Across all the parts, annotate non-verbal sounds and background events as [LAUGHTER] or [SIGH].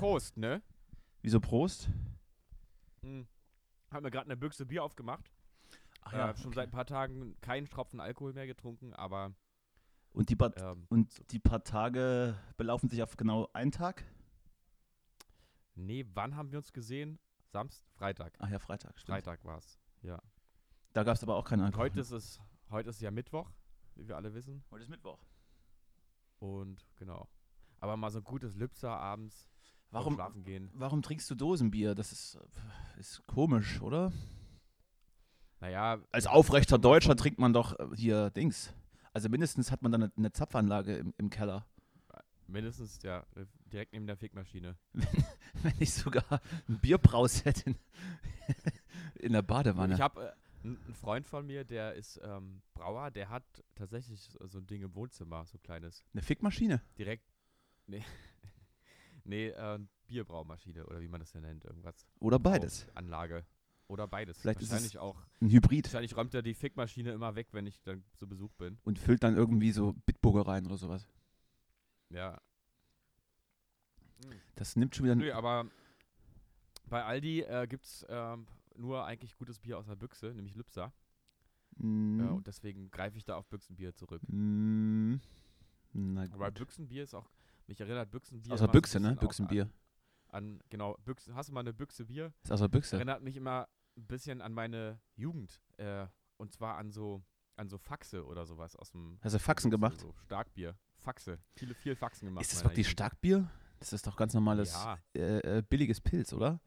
Prost, ne? Wieso Prost? Hm. Haben wir gerade eine Büchse Bier aufgemacht. Mhm. Ach äh, Schon seit ein paar Tagen keinen Tropfen Alkohol mehr getrunken, aber Und die, paar, ähm, und die paar Tage belaufen sich auf genau einen Tag? nee, wann haben wir uns gesehen? Samstag, Freitag. Ach ja, Freitag. Stimmt. Freitag war's. Da gab es aber auch keinen Und Alkohol. heute ist es, heute ist ja Mittwoch, wie wir alle wissen. heute ist Mittwoch. Und genau. Aber mal so ein gutes Lübser abends vorm Warum, schlafen gehen. warum trinkst du Dosenbier? Das ist, äh, ist komisch, oder? Naja, Als aufrechter Deutscher trinkt man doch äh, hier Dings. Also mindestens hat man dann eine, eine Zapfanlage im, im Keller. [LAUGHS] mindestens ja direkt neben der Fickmaschine. Wenn ich sogar ein Bierbraus hätte in, [LAUGHS] in der Badewanne. Ich habe äh, n- einen Freund von mir, der ist ähm, Brauer, der hat tatsächlich so so ein Ding im Wohnzimmer, so ein kleines. eine Fickmaschine. Direkt. Nee. [LAUGHS] nee, äh, Bierbraumaschine oder wie man das ja nennt, irgendwas. Oder beides. Anlage. Oder beides. Vielleicht ist es- wahrscheinlich auch. Ein Hybrid. Wahrscheinlich räumt er die Fickmaschine immer weg, wenn ich dann zu Besuch bin. Und füllt dann irgendwie so Bitburger rein oder sowas. Ja. Das nimmt schon wieder Nö, aber bei Aldi äh, gibt es ähm, nur eigentlich gutes Bier aus der Büchse, nämlich Lübser. Mm, Ja, und deswegen greife ich da auf Büchsenbier zurück. mm, na Aber gut. Büchsenbier ist auch, mich erinnert Büchsenbier. Aus der immer so ein Büchse, ne? bisschen auch Büchsenbier. An, an, genau, Büchsen, hast du mal eine Büchse Bier? Ist aus der Büchse. erinnert mich immer ein bisschen an meine Jugend. Äh, und zwar an so, an so Faxe oder sowas aus dem Hast du Faxen gemacht? So Starkbier. Faxe. Viele, viel Faxen gemacht. Ist das in meiner wirklich Jugend. Starkbier? Das ist doch ganz normales Ja, äh, äh, billiges Pilz, oder?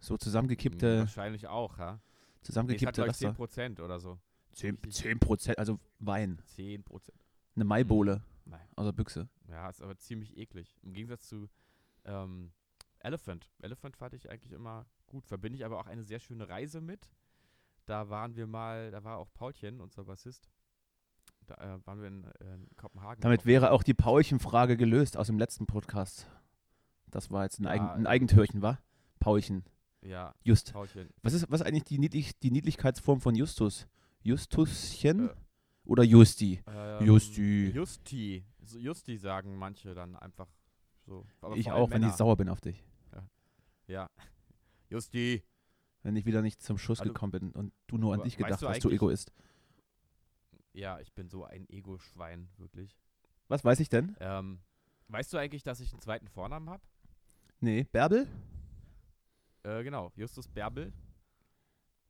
So mh, zusammengekippte, mm, wahrscheinlich auch, ja. Hm, Nee, es hat, zusammengekippte glaube ich, Raster. 10% oder so. 10, richtig. 10%, also Wein. 10%. Hm, Eine Maibohle Nein. aus der Büchse. Ja, ist aber ziemlich eklig. Im Gegensatz zu ähm, Elephant. Elephant fand ich eigentlich immer gut. Verbinde ich aber auch eine sehr schöne Reise mit. Da waren wir mal, da war auch Paulchen, unser Bassist. Da äh, waren wir in, in Kopenhagen. Damit auf- wäre auch die Paulchen-Frage gelöst aus dem letzten Podcast. Das war jetzt ein, Ja, Eigen, ein äh, Eigentürchen, war? Paulchen. Ja, Just. Paulchen. Was ist was ist eigentlich die, Niedlich, die Niedlichkeitsform von Justus? Justuschen Äh. oder Justi? Ähm, Justi. Justi. So Justi sagen manche dann einfach so. Aber ich vor allem auch, wenn Männer. ich sauer bin auf dich. Ja. [LAUGHS] Justi. Wenn ich wieder nicht zum Schuss Also- gekommen bin und du nur an Aber dich weißt gedacht du hast, du eigentlich- Egoist. Ja, ich bin so ein Ego-Schwein, wirklich. Was weiß ich denn? Ähm, weißt du eigentlich, dass ich einen zweiten Vornamen habe? Nee, Bärbel? Äh, genau, Justus Bärbel.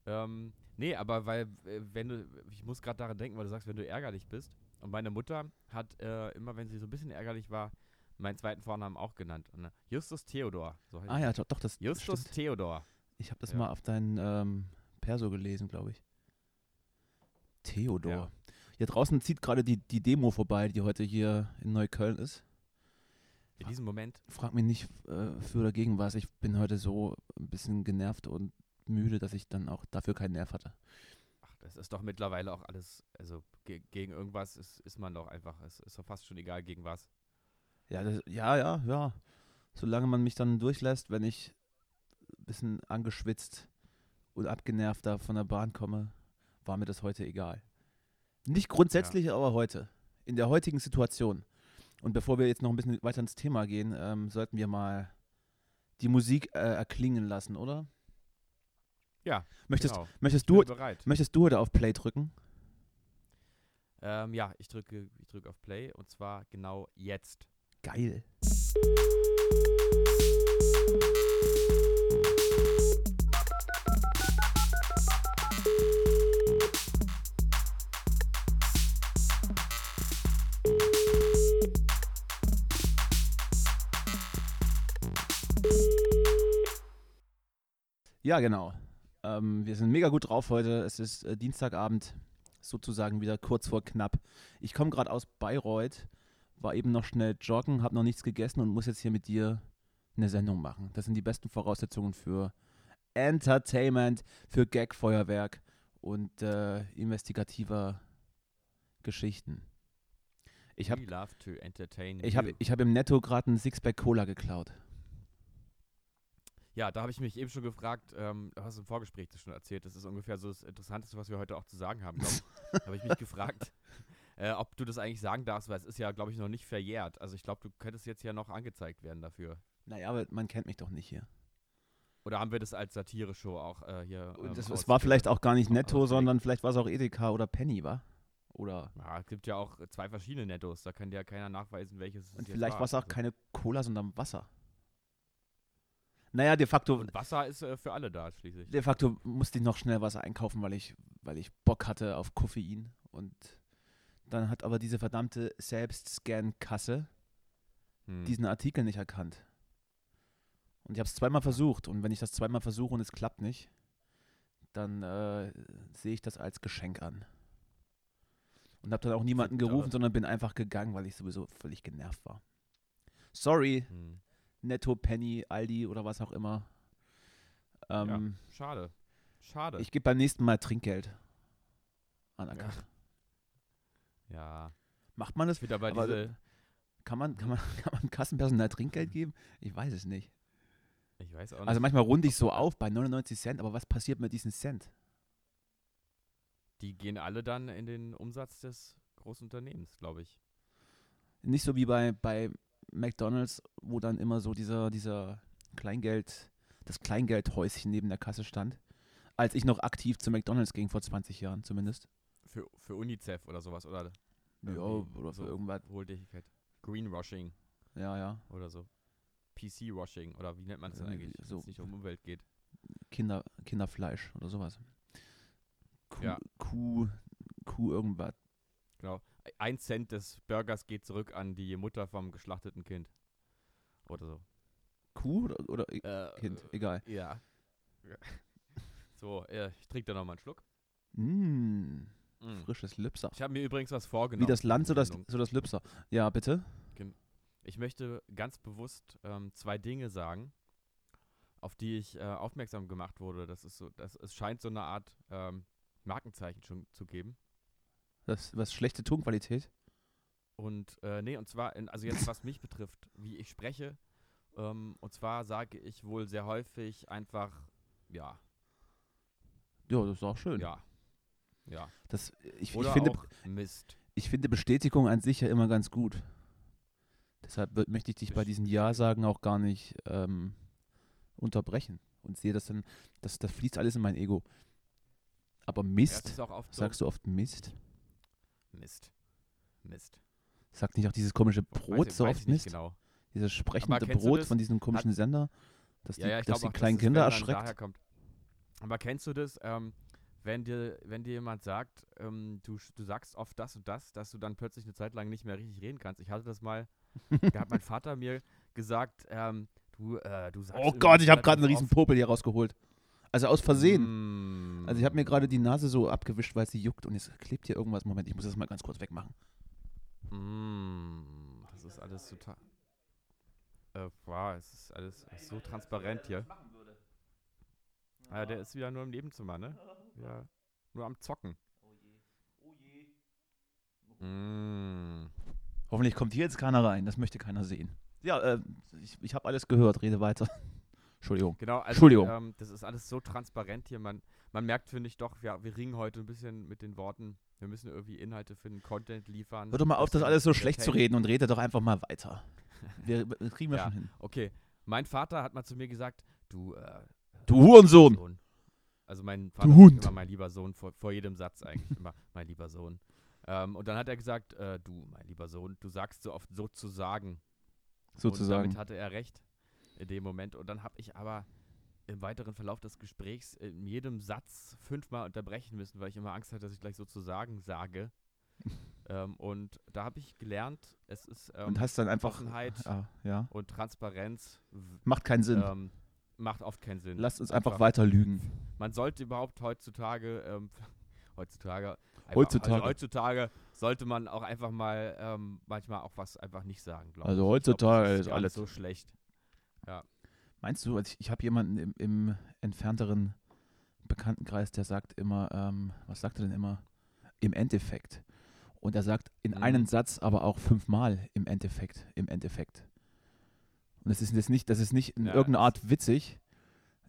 Ähm, nee, aber weil, äh, wenn du, ich muss gerade daran denken, weil du sagst, wenn du ärgerlich bist. Und meine Mutter hat äh, immer, wenn sie so ein bisschen ärgerlich war, meinen zweiten Vornamen auch genannt. Und, äh, Justus Theodor. So heißt Ah ja, doch, doch das Justus stimmt. Theodor. Ich habe das Ja. mal auf deinen ähm, Perso gelesen, glaube ich. Theodor. Ja. Hier draußen zieht gerade die, die Demo vorbei, die heute hier in Neukölln ist. In diesem Moment Frag mich nicht äh, für oder gegen was. Ich bin heute so ein bisschen genervt und müde, dass ich dann auch dafür keinen Nerv hatte. Ach, das ist doch mittlerweile auch alles, also ge gegen irgendwas ist, ist man doch einfach, es ist doch fast schon egal gegen was. Ja, das, ja, ja, ja. Solange man mich dann durchlässt, wenn ich ein bisschen angeschwitzt und abgenervt da von der Bahn komme, war mir das heute egal. Nicht grundsätzlich, aber heute. In der heutigen Situation. Und bevor wir jetzt noch ein bisschen weiter ins Thema gehen, ähm, sollten wir mal die Musik äh, erklingen lassen, oder? Ja, Möchtest, genau. möchtest, Ich bin du, bereit. möchtest du heute auf Play drücken? Ähm, ja, ich drücke ich drück auf Play und zwar genau jetzt. Geil. Ja, genau. Ähm, wir sind mega gut drauf heute. Es ist äh, Dienstagabend, sozusagen wieder kurz vor knapp. Ich komme gerade aus Bayreuth, war eben noch schnell joggen, habe noch nichts gegessen und muss jetzt hier mit dir eine Sendung machen. Das sind die besten Voraussetzungen für Entertainment, für Gagfeuerwerk und äh, investigativer Geschichten. Ich habe We love to entertain ich hab, you. ich hab im Netto gerade einen Sixpack Cola geklaut. Ja, da habe ich mich eben schon gefragt, ähm, du hast im Vorgespräch das schon erzählt, das ist ungefähr so das Interessanteste, was wir heute auch zu sagen haben, [LAUGHS] glaube ich. habe ich mich gefragt, äh, ob du das eigentlich sagen darfst, weil es ist ja, glaube ich, noch nicht verjährt. Also ich glaube, du könntest jetzt ja noch angezeigt werden dafür. Naja, aber man kennt mich doch nicht hier. Oder haben wir das als Satire-Show auch äh, hier? ähm, Und das, es raus- war vielleicht auch gar nicht netto, Aber- sondern vielleicht war es auch Edeka oder Penny, war? Oder. Ja, es gibt ja auch zwei verschiedene Nettos. Da kann dir ja keiner nachweisen, welches es Und jetzt vielleicht war. war es auch Also- keine Cola, sondern Wasser. Naja, de facto, Und Wasser ist äh, für alle da schließlich. de facto musste ich noch schnell was einkaufen, weil ich, weil ich Bock hatte auf Koffein. Und dann hat aber diese verdammte Selbstscan-Kasse Hm. diesen Artikel nicht erkannt. Und ich habe es zweimal versucht. Und wenn ich das zweimal versuche und es klappt nicht, dann äh, sehe ich das als Geschenk an. Und habe dann auch niemanden Verdammt. gerufen, sondern bin einfach gegangen, weil ich sowieso völlig genervt war. Sorry, Hm. Netto, Penny, Aldi oder was auch immer. Ähm, Schade. Schade. ich gebe beim nächsten Mal Trinkgeld an der Ja. Kasse. ja. Macht man das? Ich finde aber, Aber- diese. Kann man, kann man, [LAUGHS] kann man Kassenpersonal Trinkgeld geben? Ich weiß es nicht. Ich weiß auch nicht. Also manchmal runde ich so auf bei 99 Cent, aber was passiert mit diesen Cent? die gehen alle dann in den Umsatz des großen Unternehmens, glaube ich. Nicht so wie bei, bei McDonalds, wo dann immer so dieser, dieser Kleingeld, das Kleingeldhäuschen neben der Kasse stand. Als ich noch aktiv zu McDonalds ging, vor 20 Jahren zumindest. Für, für UNICEF oder sowas. Oder Ja, Irgendwie oder für so. irgendwas. Wohltätigkeit. Greenwashing Ja, ja. oder so. PC-Washing oder wie nennt man das denn Irgendwie eigentlich, wenn Äh, so. es nicht um Umwelt geht? Kinder, Kinderfleisch oder sowas. Kuh, Ja. Kuh, Kuh irgendwas. Genau. Ein Cent des Burgers geht zurück an die Mutter vom geschlachteten Kind. Oder so. Kuh oder, oder e- Äh, Kind, egal. Ja. Ja. So, äh, ich trinke da nochmal einen Schluck. Mm, Mm. frisches Lipsaft. Ich habe mir übrigens was vorgenommen. Wie das Land, für so die das, Sendung. so das Lipser. Ja, bitte. Ich möchte ganz bewusst ähm, zwei Dinge sagen, auf die ich äh, aufmerksam gemacht wurde. Das ist so, das, es scheint so eine Art ähm, Markenzeichen schon zu geben. Das, was schlechte Tonqualität. Und äh, nee, und zwar, in, also jetzt was mich betrifft, wie ich spreche, ähm, und zwar sage ich wohl sehr häufig einfach, ja, Ja, das ist auch schön. ja, ja. Das, äh, ich, ich, Oder finde, auch Mist. ich finde Bestätigung an sich ja immer ganz gut. Deshalb wö- möchte ich dich bei diesen Ja-Sagen auch gar nicht ähm, unterbrechen und sehe das dann, das, das fließt alles in mein Ego. Aber Ja, es Mist, ist auch oft so, sagst du oft Mist? Mist. Mist. Sagt nicht auch dieses komische Brot weiß, so weiß oft ich nicht Mist? genau. Dieses sprechende kennst du Brot das? von diesem komischen Sender, dass die, ja, ja, ich glaube dass die auch, kleinen dass Kinder es, wenn dann Daher erschreckt. kommt. Aber kennst du das, ähm, wenn dir, wenn dir jemand sagt, ähm, du, sch- du sagst oft das und das, dass du dann plötzlich eine Zeit lang nicht mehr richtig reden kannst? Ich hatte das mal, da [LAUGHS] hat mein Vater mir gesagt, ähm, du, äh, du sagst. Oh Gott, ich habe gerade einen riesen Popel hier rausgeholt. Also aus Mm. Versehen. Versehen. Also ich habe mir gerade die Nase so abgewischt, weil sie juckt und es klebt hier irgendwas. Moment, ich muss das mal ganz kurz wegmachen. Mm, das ist alles total. Äh, wow, es ist alles so transparent hier. Ah, der ist wieder nur im Nebenzimmer, ne? Ja, nur am Zocken. Mm. Hoffentlich kommt hier jetzt keiner rein, das möchte keiner sehen. Ja, äh, ich, ich habe alles gehört, rede weiter. [LAUGHS] Entschuldigung. Genau, also, Entschuldigung. Ähm, das ist alles so transparent hier. Man, man merkt, finde ich doch, ja, wir ringen heute ein bisschen mit den Worten. Wir müssen irgendwie Inhalte finden, Content liefern. Hör doch mal auf, das kann alles so der schlecht zu Take- reden und rede doch einfach mal weiter. [LAUGHS] Wir wir- kriegen wir Ja. schon hin. Okay, mein Vater hat mal zu mir gesagt, du, äh, Du Hurensohn! Sohn. Also mein Vater sagt Hund. immer mein lieber Sohn vor, vor jedem Satz eigentlich immer mein lieber Sohn. Ähm, und dann hat er gesagt, äh, du, mein lieber Sohn, du sagst so oft sozusagen. Und Sozusagen. damit hatte er recht in dem Moment. Und dann habe ich aber im weiteren Verlauf des Gesprächs in jedem Satz fünfmal unterbrechen müssen, weil ich immer Angst hatte, dass ich gleich sozusagen [LAUGHS] sage. ähm, und da habe ich gelernt, es ist ähm, Und hast dann einfach. Offenheit Ah, ja. und Transparenz w- Macht keinen Sinn. ähm, macht oft keinen Sinn. Lasst uns einfach, einfach- weiter lügen. Man sollte überhaupt heutzutage, ähm, [LAUGHS] heutzutage, einfach- Heutzutage. Also heutzutage sollte man auch einfach mal ähm, manchmal auch was einfach nicht sagen, glaube Also ich. ich heutzutage glaub, das ist gar nicht alles- so schlecht. Meinst du, also ich, ich habe jemanden im, im entfernteren Bekanntenkreis, der sagt immer, ähm, was sagt er denn immer? Im Endeffekt. Und er sagt in Mhm. einem Satz aber auch fünfmal im Endeffekt, im Endeffekt. Und das ist jetzt nicht, das ist nicht in Ja, irgendeiner es- Art witzig.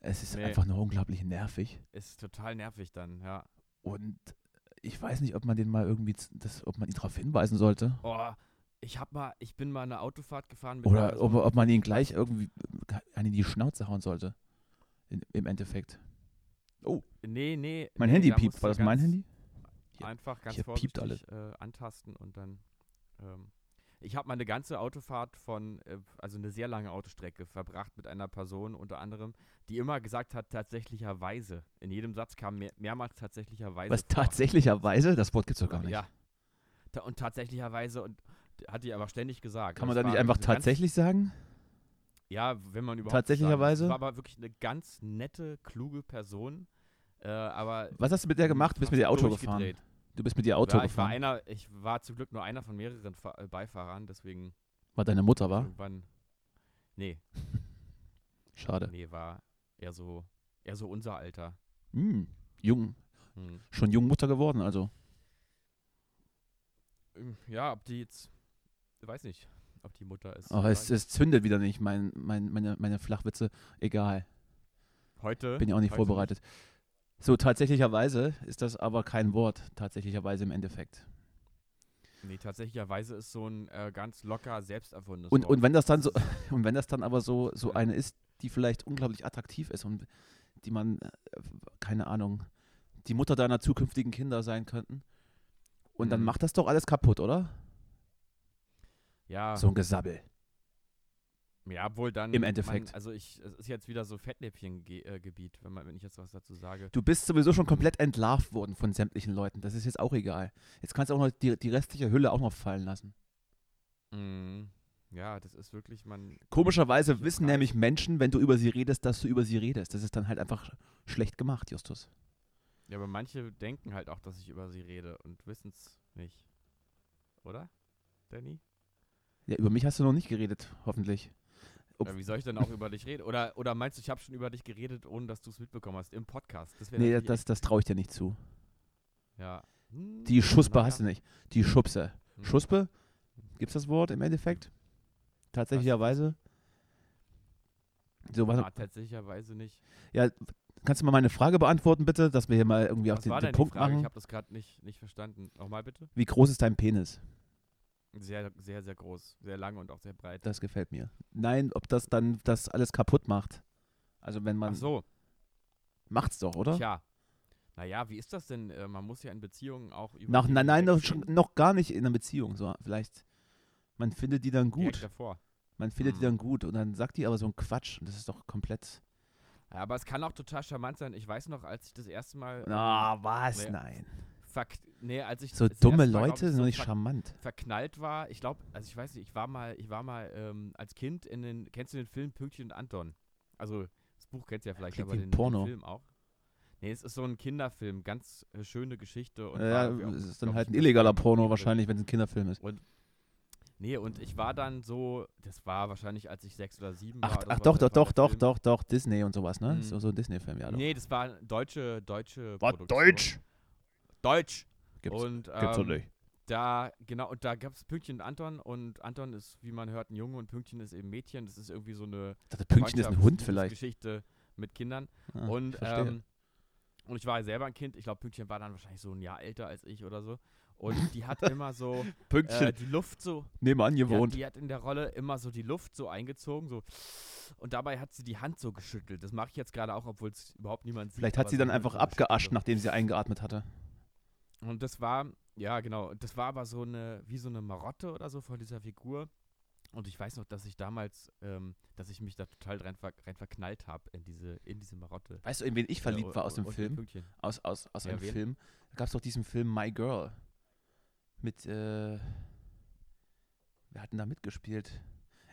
Es ist Nee. einfach nur unglaublich nervig. Ist total nervig dann, ja. Und ich weiß nicht, ob man den mal irgendwie, z- das, ob man ihn darauf hinweisen sollte. Oh, Ich hab mal, ich bin mal eine Autofahrt gefahren mit einer Oder ob, Person. ob man ihn gleich irgendwie an ihn die Schnauze hauen sollte. In, Im Endeffekt. Nee, nee. Mein nee, Handy da piept. musst War du das mein ganz- Handy? Hier- Einfach ganz hier piept alles. vorsichtig äh, antasten und dann. Ähm, ich habe meine ganze Autofahrt von, äh, also eine sehr lange Autostrecke verbracht mit einer Person unter anderem, die immer gesagt hat, tatsächlicherweise. In jedem Satz kam mehr, mehrmals tatsächlicherweise. Was vor. tatsächlicherweise? Das Wort gibt's doch gar nicht. Ja. Ta und tatsächlicherweise und hat die aber ständig gesagt. Kann Das man da nicht war einfach eine ganz- tatsächlich sagen? Ja, wenn man überhaupt. Tatsächlicherweise? Sagen. Das war aber wirklich eine ganz nette, kluge Person. Äh, aber. Was hast du mit der gemacht? Du bist mit ihr Auto gefahren. durchgedreht. Du bist mit ihr Auto ja, ich war gefahren. einer, ich war zum Glück nur einer von mehreren Fa äh, Beifahrern, deswegen War deine Mutter, war? irgendwann. Nee, Schade. nee, war eher so, eher so unser Alter. Hm, jung. Hm. Schon jung Mutter geworden, also. Ähm, Ja, ob die jetzt, ich weiß nicht, ob die Mutter ist. Aber es, äh, weiß- es zündet wieder nicht, mein, mein, meine, meine Flachwitze. Egal. heute. Bin ja auch nicht heute vorbereitet. So, tatsächlicherweise ist das aber kein Wort, tatsächlicherweise im Endeffekt. Nee, tatsächlicherweise ist so ein äh, ganz locker selbst erfundenes Und, Wort. und wenn das dann so, [LAUGHS] und wenn das dann aber so, so Ja. eine ist, die vielleicht unglaublich attraktiv ist und die man, äh, keine Ahnung, die Mutter deiner zukünftigen Kinder sein könnten. Und dann Mhm. macht das doch alles kaputt, oder? ja, So ein Gesabbel. ja, obwohl dann. im Endeffekt. Man, also ich, es ist jetzt wieder so Fettnäpfchengebiet, äh, Gebiet, wenn man, wenn ich jetzt was dazu sage. Du bist sowieso schon komplett entlarvt worden von sämtlichen Leuten. Das ist jetzt auch egal. Jetzt kannst du auch noch die, die restliche Hülle auch noch fallen lassen. Mhm. Ja, das ist wirklich, man. Komischerweise Ich wissen weiß. nämlich Menschen, wenn du über sie redest, dass du über sie redest. Das ist dann halt einfach schlecht gemacht, Justus. Ja, aber manche denken halt auch, dass ich über sie rede und wissen es nicht. Oder? Danny? Ja, über mich hast du noch nicht geredet, hoffentlich. Ob- Ja, wie soll ich denn auch über dich reden? Oder, oder meinst du, ich habe schon über dich geredet, ohne dass du es mitbekommen hast? Im Podcast. Das wäre Nee, natürlich- das, das traue ich dir nicht zu. Ja. Hm, Die Schuspe naja. hast du nicht. Die Schubse. Hm. Schuspe? Gibt's das Wort im Endeffekt? Tatsächlicherweise? So, was, Ah, tatsächlicherweise nicht. ja, kannst du mal meine Frage beantworten, bitte, dass wir hier mal irgendwie auch Was den, war den denn Punkt die Frage? Ich machen? habe das gerade nicht, nicht verstanden. Nochmal bitte. Wie groß ist dein Penis? Sehr, sehr, sehr groß. Sehr lang und auch sehr breit. Das gefällt mir. Nein, ob das dann das alles kaputt macht. Also wenn man. Ach so, Macht's doch, oder? tja. Naja, wie ist das denn? Äh, Man muss ja in Beziehungen auch über. Nach, Dinge nein, nein, noch, hinweg schon- reden. noch gar nicht in einer Beziehung. So, vielleicht, man findet die dann Direkt gut. davor. Man findet die Hm. dann gut und dann sagt die aber so einen Quatsch und das ist doch komplett. Ja, aber es kann auch total charmant sein. Ich weiß noch, als ich das erste Mal. ähm, Ah, was? nee. Nein. Fuck, nee, als ich So das dumme erste Mal, glaub Leute ich, sind so doch nicht verk- charmant. verknallt war. Ich glaube, also ich weiß nicht, ich war mal, ich war mal ähm, als Kind in den, kennst du den Film Pünktchen und Anton? Also das Buch kennst du ja vielleicht, Klingt aber wie ein den, Porno. den Film auch. Nee, es ist so ein Kinderfilm, ganz äh, schöne Geschichte und war Ja, irgendwie auch, es ist dann glaub halt ich, ein illegaler ganz Porno cool. wahrscheinlich, wenn es ein Kinderfilm ist. Nee, und ich war dann so, das war wahrscheinlich, als ich sechs oder sieben Ach, war. oder ach sowas, doch, da doch, war doch, der doch, Film- doch, doch, Disney und sowas, ne? Mhm. So, so ein Disney-Film, ja doch. Nee, das war deutsche, deutsche War Produktion. Deutsch? Deutsch. Gibt's, und gibt's doch ähm, nicht. Da, genau, und da gab es Pünktchen und Anton und Anton ist, wie man hört, ein Junge und Pünktchen ist eben Mädchen. Das ist irgendwie so eine Ich dachte, Pünktchen ist ein Hund vielleicht. Geschichte mit Kindern. Ah, und, ich verstehe. ähm, und ich war ja selber ein Kind. Ich glaube, Pünktchen war dann wahrscheinlich so ein Jahr älter als ich oder so. Und die [LAUGHS] hat immer so Pünktchen, äh, die Luft so, nebenan die hat, gewohnt. die hat in der Rolle immer so die Luft so eingezogen, so. Und dabei hat sie die Hand so geschüttelt. Das mache ich jetzt gerade auch, obwohl es überhaupt niemand sieht. Vielleicht hat aber sie dann die Hand einfach so geschüttelt, abgeascht, so. nachdem [LAUGHS] sie eingeatmet hatte. Und das war, ja genau, und das war aber so eine, wie so eine Marotte oder so von dieser Figur. Und ich weiß noch, dass ich damals, ähm, dass ich mich da total rein, ver rein verknallt habe in diese, in diese Marotte. Weißt du, in wen ich verliebt Äh, war aus dem und ihr Film? Pünktchen. Aus, aus, aus Ja, einem wen? Film. Da gab es doch diesen Film My Girl. Mit, äh, wer hat denn da mitgespielt?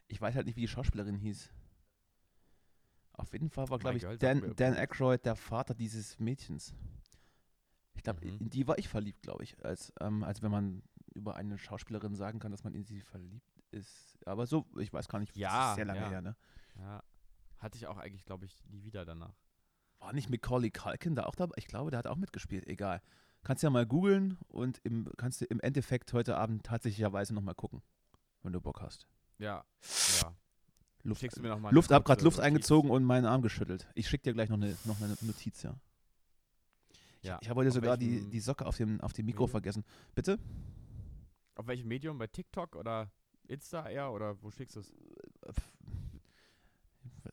Ich weiß halt nicht, wie die Schauspielerin hieß. Auf jeden Fall war, My glaube ich, Girl sagt mir Dan, Dan irgendwas. Aykroyd der Vater dieses Mädchens. Ich glaube, Mhm. in die war ich verliebt, glaube ich. Als, ähm, als wenn man über eine Schauspielerin sagen kann, dass man in sie verliebt ist. Aber so, ich weiß gar nicht, das Ja, ist sehr lange ja. her, ne? Ja. Hatte ich auch eigentlich, glaube ich, nie wieder danach. War nicht Macaulay Culkin da auch dabei? Ich glaube, der hat auch mitgespielt. Egal. Kannst ja mal googeln und im, kannst du im Endeffekt heute Abend tatsächlicherweise nochmal gucken, wenn du Bock hast. Ja, ja. Luft, Schickst du mir noch mal eine Luft hab grad kurze Luft Notiz? eingezogen und meinen Arm geschüttelt. Ich schick dir gleich noch eine, noch eine Notiz, ja. Ja. Ich habe heute Auf Mhm. sogar die, welchem- die Socke auf dem, auf dem Mikro Medium? vergessen. Bitte? Auf welchem Medium? Bei TikTok oder Insta eher oder wo schickst du es?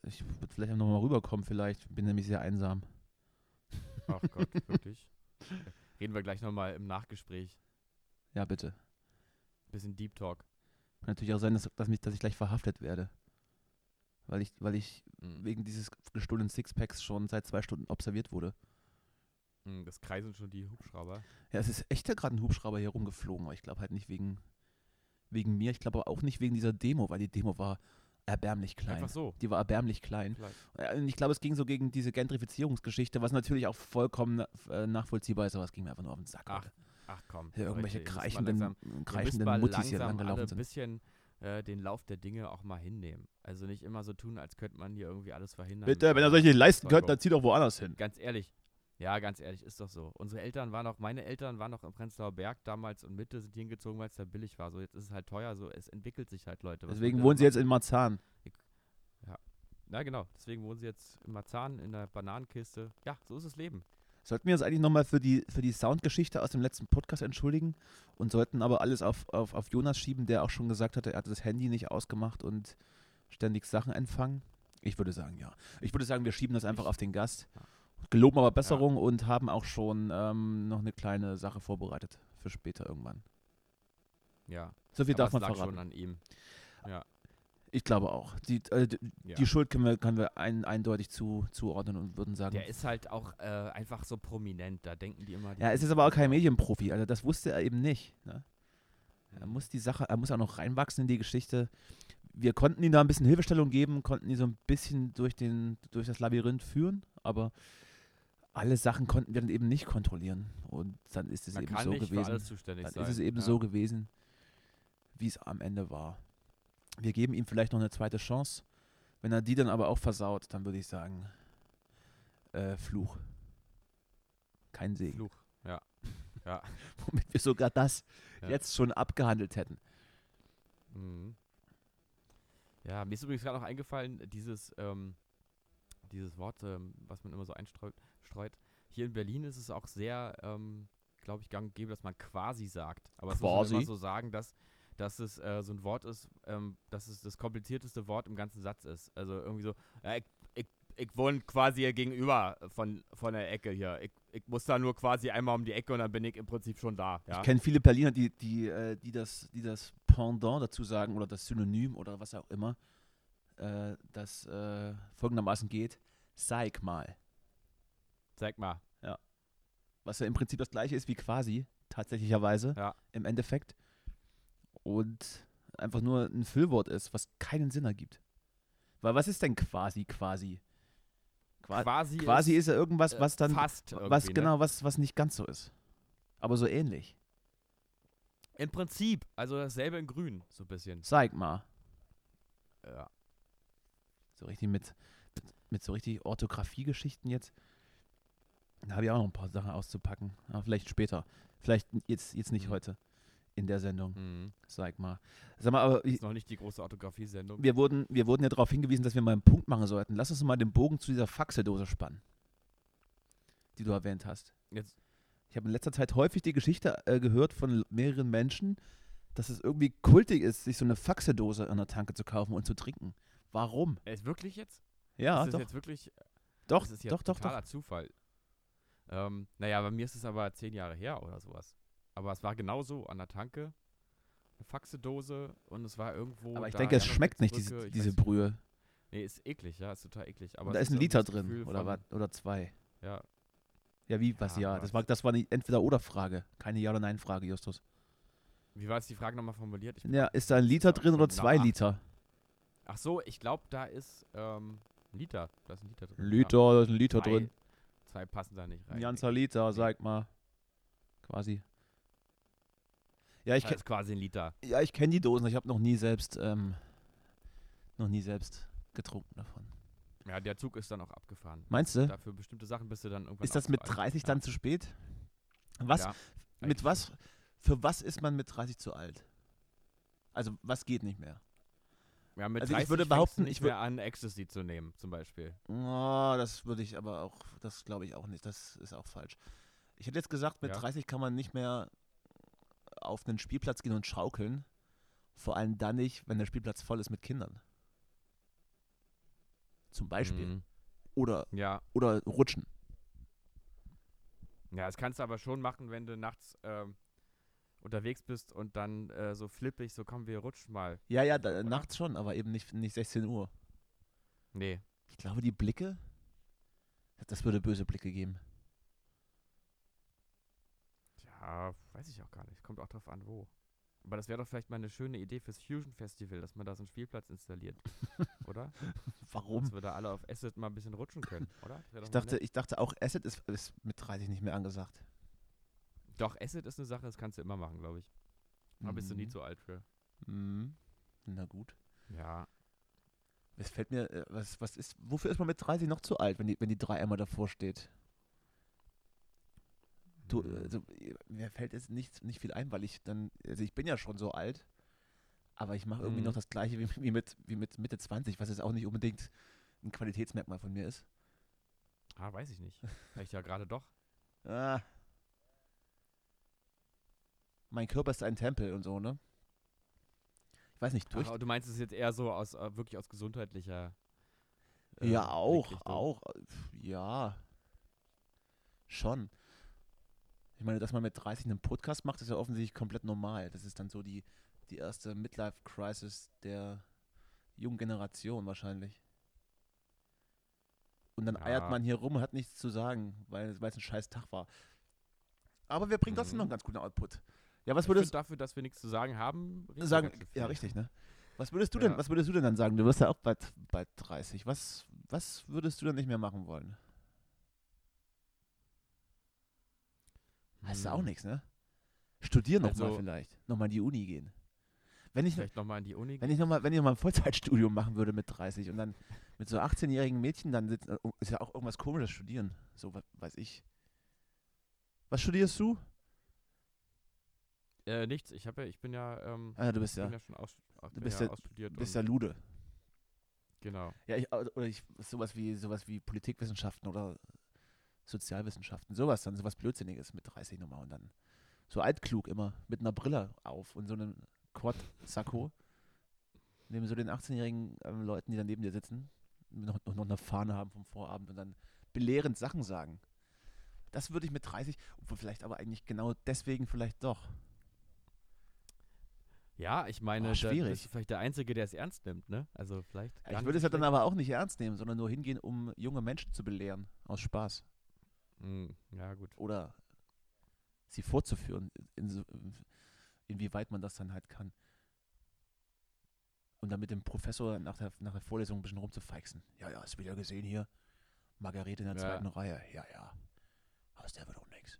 Ich würde vielleicht noch mal rüberkommen, vielleicht. Bin nämlich sehr einsam. Ach [LAUGHS] Gott, wirklich. Reden wir gleich nochmal im Nachgespräch. Ja, bitte. Bisschen Deep Talk. Kann natürlich auch sein, dass, dass, mich, dass ich gleich verhaftet werde. Weil ich, weil ich Mm. wegen dieses gestohlenen Sixpacks schon seit zwei Stunden observiert wurde. Mm, Das kreisen schon die Hubschrauber. Ja, es ist echt da gerade ein Hubschrauber hier rumgeflogen, aber ich glaube halt nicht wegen, wegen mir. Ich glaube aber auch nicht wegen dieser Demo, weil die Demo war erbärmlich klein. Einfach so. Die war erbärmlich klein. Vielleicht. Ja, und Ich glaube, es ging so gegen diese Gentrifizierungsgeschichte, was natürlich auch vollkommen na- äh, nachvollziehbar ist, aber es ging mir einfach nur auf den Sack. Ach, Leute. Ach komm. Hier irgendwelche Leute, ihr müsst mal langsam- kreichenden, ihr müsst kreichenden mal Muttis hier langsam alle langgelaufen ein sind. bisschen äh, den Lauf der Dinge auch mal hinnehmen. Also nicht immer so tun, als könnte man hier irgendwie alles verhindern. Aber Vollkommen. zieht doch woanders hin. Ganz ehrlich. Ja, ganz ehrlich, ist doch so. Unsere Eltern waren auch, meine Eltern waren noch im Prenzlauer Berg damals und Mitte sind hingezogen, weil es da billig war. So, jetzt ist es halt teuer, so es entwickelt sich halt, Leute. Was Deswegen wollt ihr wohnen sie da jetzt in Marzahn. machen? Na genau, deswegen wohnen sie jetzt in Marzahn in der Bananenkiste. Ja, so ist das Leben. Sollten wir uns eigentlich nochmal für die, für die Soundgeschichte aus dem letzten Podcast entschuldigen und sollten aber alles auf, auf, auf Jonas schieben, der auch schon gesagt hatte, er hatte das Handy nicht ausgemacht und ständig Sachen empfangen? Ich würde sagen, ja. Ich würde sagen, wir schieben das einfach Ich- auf den Gast. Ja. Geloben aber Besserung und haben auch schon ähm, noch eine kleine Sache vorbereitet für später irgendwann. Ja. So viel aber darf es man lag verraten. schon an ihm. Ich glaube auch. Die, äh, die, Ja. die Schuld können wir, können wir ein, eindeutig zu, zuordnen und würden sagen, Der ist halt auch äh, einfach so prominent, da denken die immer. Die Ja, es ist aber auch kein Medienprofi, also das wusste er eben nicht. Ne? Er muss die Sache, er muss auch noch reinwachsen in die Geschichte. Wir konnten ihm da ein bisschen Hilfestellung geben, konnten ihn so ein bisschen durch, den, durch das Labyrinth führen, aber alle Sachen konnten wir dann eben nicht kontrollieren. Und dann ist es Man eben kann so nicht gewesen. für alles zuständig dann sein. ist es eben ja. so gewesen, wie es am Ende war. Wir geben ihm vielleicht noch eine zweite Chance. Wenn er die dann aber auch versaut, dann würde ich sagen, äh, Fluch. Kein Segen Fluch. [LAUGHS] womit wir sogar das Ja. jetzt schon abgehandelt hätten. Mhm. Ja, mir ist übrigens gerade noch eingefallen, dieses, ähm, dieses Wort, ähm, was man immer so einstreut. Streut. Hier in Berlin ist es auch sehr, ähm, glaube ich, gang und gäbe, dass man quasi sagt. Aber es muss Quasi? man immer so sagen, dass, dass es äh, so ein Wort ist, ähm, dass es das komplizierteste Wort im ganzen Satz ist. Also irgendwie so, ja, ich, ich, ich wohne quasi hier gegenüber von, von der Ecke hier. Ich, ich muss da nur quasi einmal um die Ecke und dann bin ich im Prinzip schon da. Ja? Ich kenne viele Berliner, die, die, äh, die, das, die das Pendant dazu sagen oder das Synonym oder was auch immer, äh, das äh, folgendermaßen geht, zeig mal. Zeig mal. Was ja im Prinzip das gleiche ist wie quasi, tatsächlicherweise, Ja. im Endeffekt. Und einfach nur ein Füllwort ist, was keinen Sinn ergibt. Weil was ist denn quasi, quasi? Qua Quasi, quasi ist ja irgendwas, äh, was dann, fast was irgendwie, ne? genau, was, was nicht ganz so ist. Aber so ähnlich. Im Prinzip, also dasselbe in grün, so ein bisschen. Zeig mal. Ja. So richtig mit, mit, mit so richtig Orthografie-Geschichten jetzt. Da habe ich auch noch ein paar Sachen auszupacken. Aber vielleicht später. Vielleicht jetzt, jetzt nicht Mhm. heute in der Sendung. Mhm. Sag mal. Sag mal, aber Hm. ich, Ist noch nicht die große Orthographie-Sendung. wir, wurden, wir wurden ja darauf hingewiesen, dass wir mal einen Punkt machen sollten. Lass uns mal den Bogen zu dieser Faxedose spannen, die du erwähnt hast. Jetzt, Ich habe in letzter Zeit häufig die Geschichte äh, gehört von l- mehreren Menschen, dass es irgendwie kultig ist, sich so eine Faxedose an der Tanke zu kaufen und zu trinken. Warum? äh, ist wirklich jetzt? Ja, ist das doch, jetzt wirklich? doch, das ist ja doch, doch, doch. totaler Zufall. Ähm, naja, bei mir ist es aber zehn Jahre her oder sowas. Aber es war genau so, an der Tanke, eine Faxedose und es war irgendwo Aber ich da denke, es Janosch schmeckt nicht, Brücke, diese, ich diese weiß nicht. Brühe. Nee, ist eklig, ja, ist total eklig. Aber Und da es ist ein irgendwie Liter das drin Gefühl oder, von- was, oder zwei. Ja, Ja, wie, was, Ja, ja. aber Das es- war, das war eine Entweder-Oder-Frage. Keine Ja- oder Nein-Frage, Justus. wie war jetzt die Frage nochmal formuliert? Ich, Ja, ist da ein Liter Ja, drin oder schon zwei nach- Liter? ach so, ich glaube, da ist ähm, ein Liter. Da ist ein Liter drin. ja. Liter, da ist ein Liter zwei, drin. Zwei passen da nicht rein. Ein ganzer Liter, sag mal. Quasi. Ja, ich, das ist quasi ein Liter. ke- ja, ich kenne die Dosen. Ich habe noch nie selbst, ähm, noch nie selbst getrunken davon. Ja, der Zug ist dann auch abgefahren. Meinst du? Dafür bestimmte Sachen bist du dann irgendwann. Ist das mit auch zu alt. 30 Ja. dann zu spät? Was, Ja, Mit eigentlich was, für was ist man mit 30 zu alt? Also, was geht nicht mehr? schon. Ja, mit also ich 30 würde fängst du behaupten, nicht ich wür- mehr an, Ecstasy zu nehmen, zum Beispiel. Oh, das würde ich aber auch, das glaube ich auch nicht, das ist auch falsch. Ich hätte jetzt gesagt, mit Ja. 30 kann man nicht mehr auf einen Spielplatz gehen und schaukeln. Vor allem dann nicht, wenn der Spielplatz voll ist mit Kindern. Zum Beispiel. Mhm. Oder, Ja. oder rutschen. Ja, das kannst du aber schon machen, wenn du nachts ähm, unterwegs bist und dann äh, so flippig, so komm, wir rutschen mal. Ja, ja, da, äh, Oder? nachts schon, aber eben nicht, nicht 16 Uhr. Nee. Ich glaube, die Blicke, das würde böse Blicke geben. Ja, weiß ich auch gar nicht. Kommt auch drauf an, wo. Aber das wäre doch vielleicht mal eine schöne Idee fürs Fusion Festival, dass man da so einen Spielplatz [LAUGHS] installiert, oder? Warum? Dass wir da alle auf Acid mal ein bisschen rutschen können, oder? Das wär Um. Ich doch mal dachte, ich dachte auch, Acid ist, ist mit 30 nicht mehr angesagt. nett. Doch, Acid ist eine Sache, das kannst du immer machen, glaube ich. Da bist du nie Mhm. zu alt für. Mhm. Na gut. Ja. Es fällt mir, äh, was, was ist, wofür ist man mit 30 noch zu alt, wenn die, wenn die 3 einmal davor steht? Du, Hm. also, äh, mir fällt jetzt nicht, nicht viel ein, weil ich dann, also ich bin ja schon so alt, aber ich mache irgendwie Mhm. noch das gleiche wie, wie, mit, wie mit Mitte 20, was jetzt auch nicht unbedingt ein Qualitätsmerkmal von mir ist. Ah, weiß ich [LAUGHS] nicht. Vielleicht ja gerade doch. Ah. Mein Körper ist ein Tempel und so, ne? Ich weiß nicht, durch. Ach, du meinst es jetzt eher so aus äh, wirklich aus gesundheitlicher. äh, ja, auch, Blickrichtung. auch. äh, pf, Ja. Schon. Ich meine, dass man mit 30 einen Podcast macht, ist ja offensichtlich komplett normal. Das ist dann so die, die erste Midlife-Crisis der jungen Generation wahrscheinlich. Und dann Ja. eiert man hier rum und hat nichts zu sagen, weil weil es ein scheiß Tag war. Aber wir bringen trotzdem Mhm. noch einen ganz guten Output. Ja, was Ich find würdest dafür, dass wir nichts zu sagen haben. reden du wir sagen? ganz schön Ja, viel. richtig, ne? Was würdest du Ja. denn, was würdest du denn dann sagen? Du wirst ja auch bald, bald 30. Was, was würdest du dann nicht mehr machen wollen? Hast du auch Hm. nichts, ne? Studieren nochmal Also- vielleicht. Nochmal in die Uni gehen. Wenn ich, Vielleicht nochmal in die Uni. wenn ich nochmal noch mal ein Vollzeitstudium machen würde mit 30 und dann mit so 18-jährigen Mädchen dann sitzen, oh, ist ja auch irgendwas komisches studieren. So we- weiß ich. Was studierst du? Äh, nichts. Ich, hab ja, ich bin ja, ähm, Ah, du bist ja, bin ja schon aus, du bist ja, ja- ausstudiert. bist ja und, Lude. genau. Ja, ich, also- oder ich, sowas wie sowas wie Politikwissenschaften oder Sozialwissenschaften, sowas dann, sowas Blödsinniges mit 30 nochmal und dann so altklug immer mit einer Brille auf und so einem Quad-Sakko. Neben so den 18-jährigen ähm, Leuten, die da neben dir sitzen, noch, noch, noch eine Fahne haben vom Vorabend und dann belehrend Sachen sagen. Das würde ich mit 30, obwohl vielleicht aber eigentlich genau deswegen vielleicht doch. Ja, ich meine, Oh, Da, schwierig. bist du vielleicht der Einzige, der es ernst nimmt, ne? Also vielleicht. ich würde es ja dann aber auch nicht ernst nehmen, sondern nur hingehen, um junge Menschen zu belehren, aus Spaß. dann. Hm, Ja, gut. oder sie vorzuführen, in, so- inwieweit man das dann halt kann. Und dann mit dem Professor nach der, nach der Vorlesung ein bisschen rumzufeixen. Ja, ja, hast du wieder gesehen hier? Margarete in der Ja. zweiten Reihe. Ja, ja. Aus der wird auch nichts.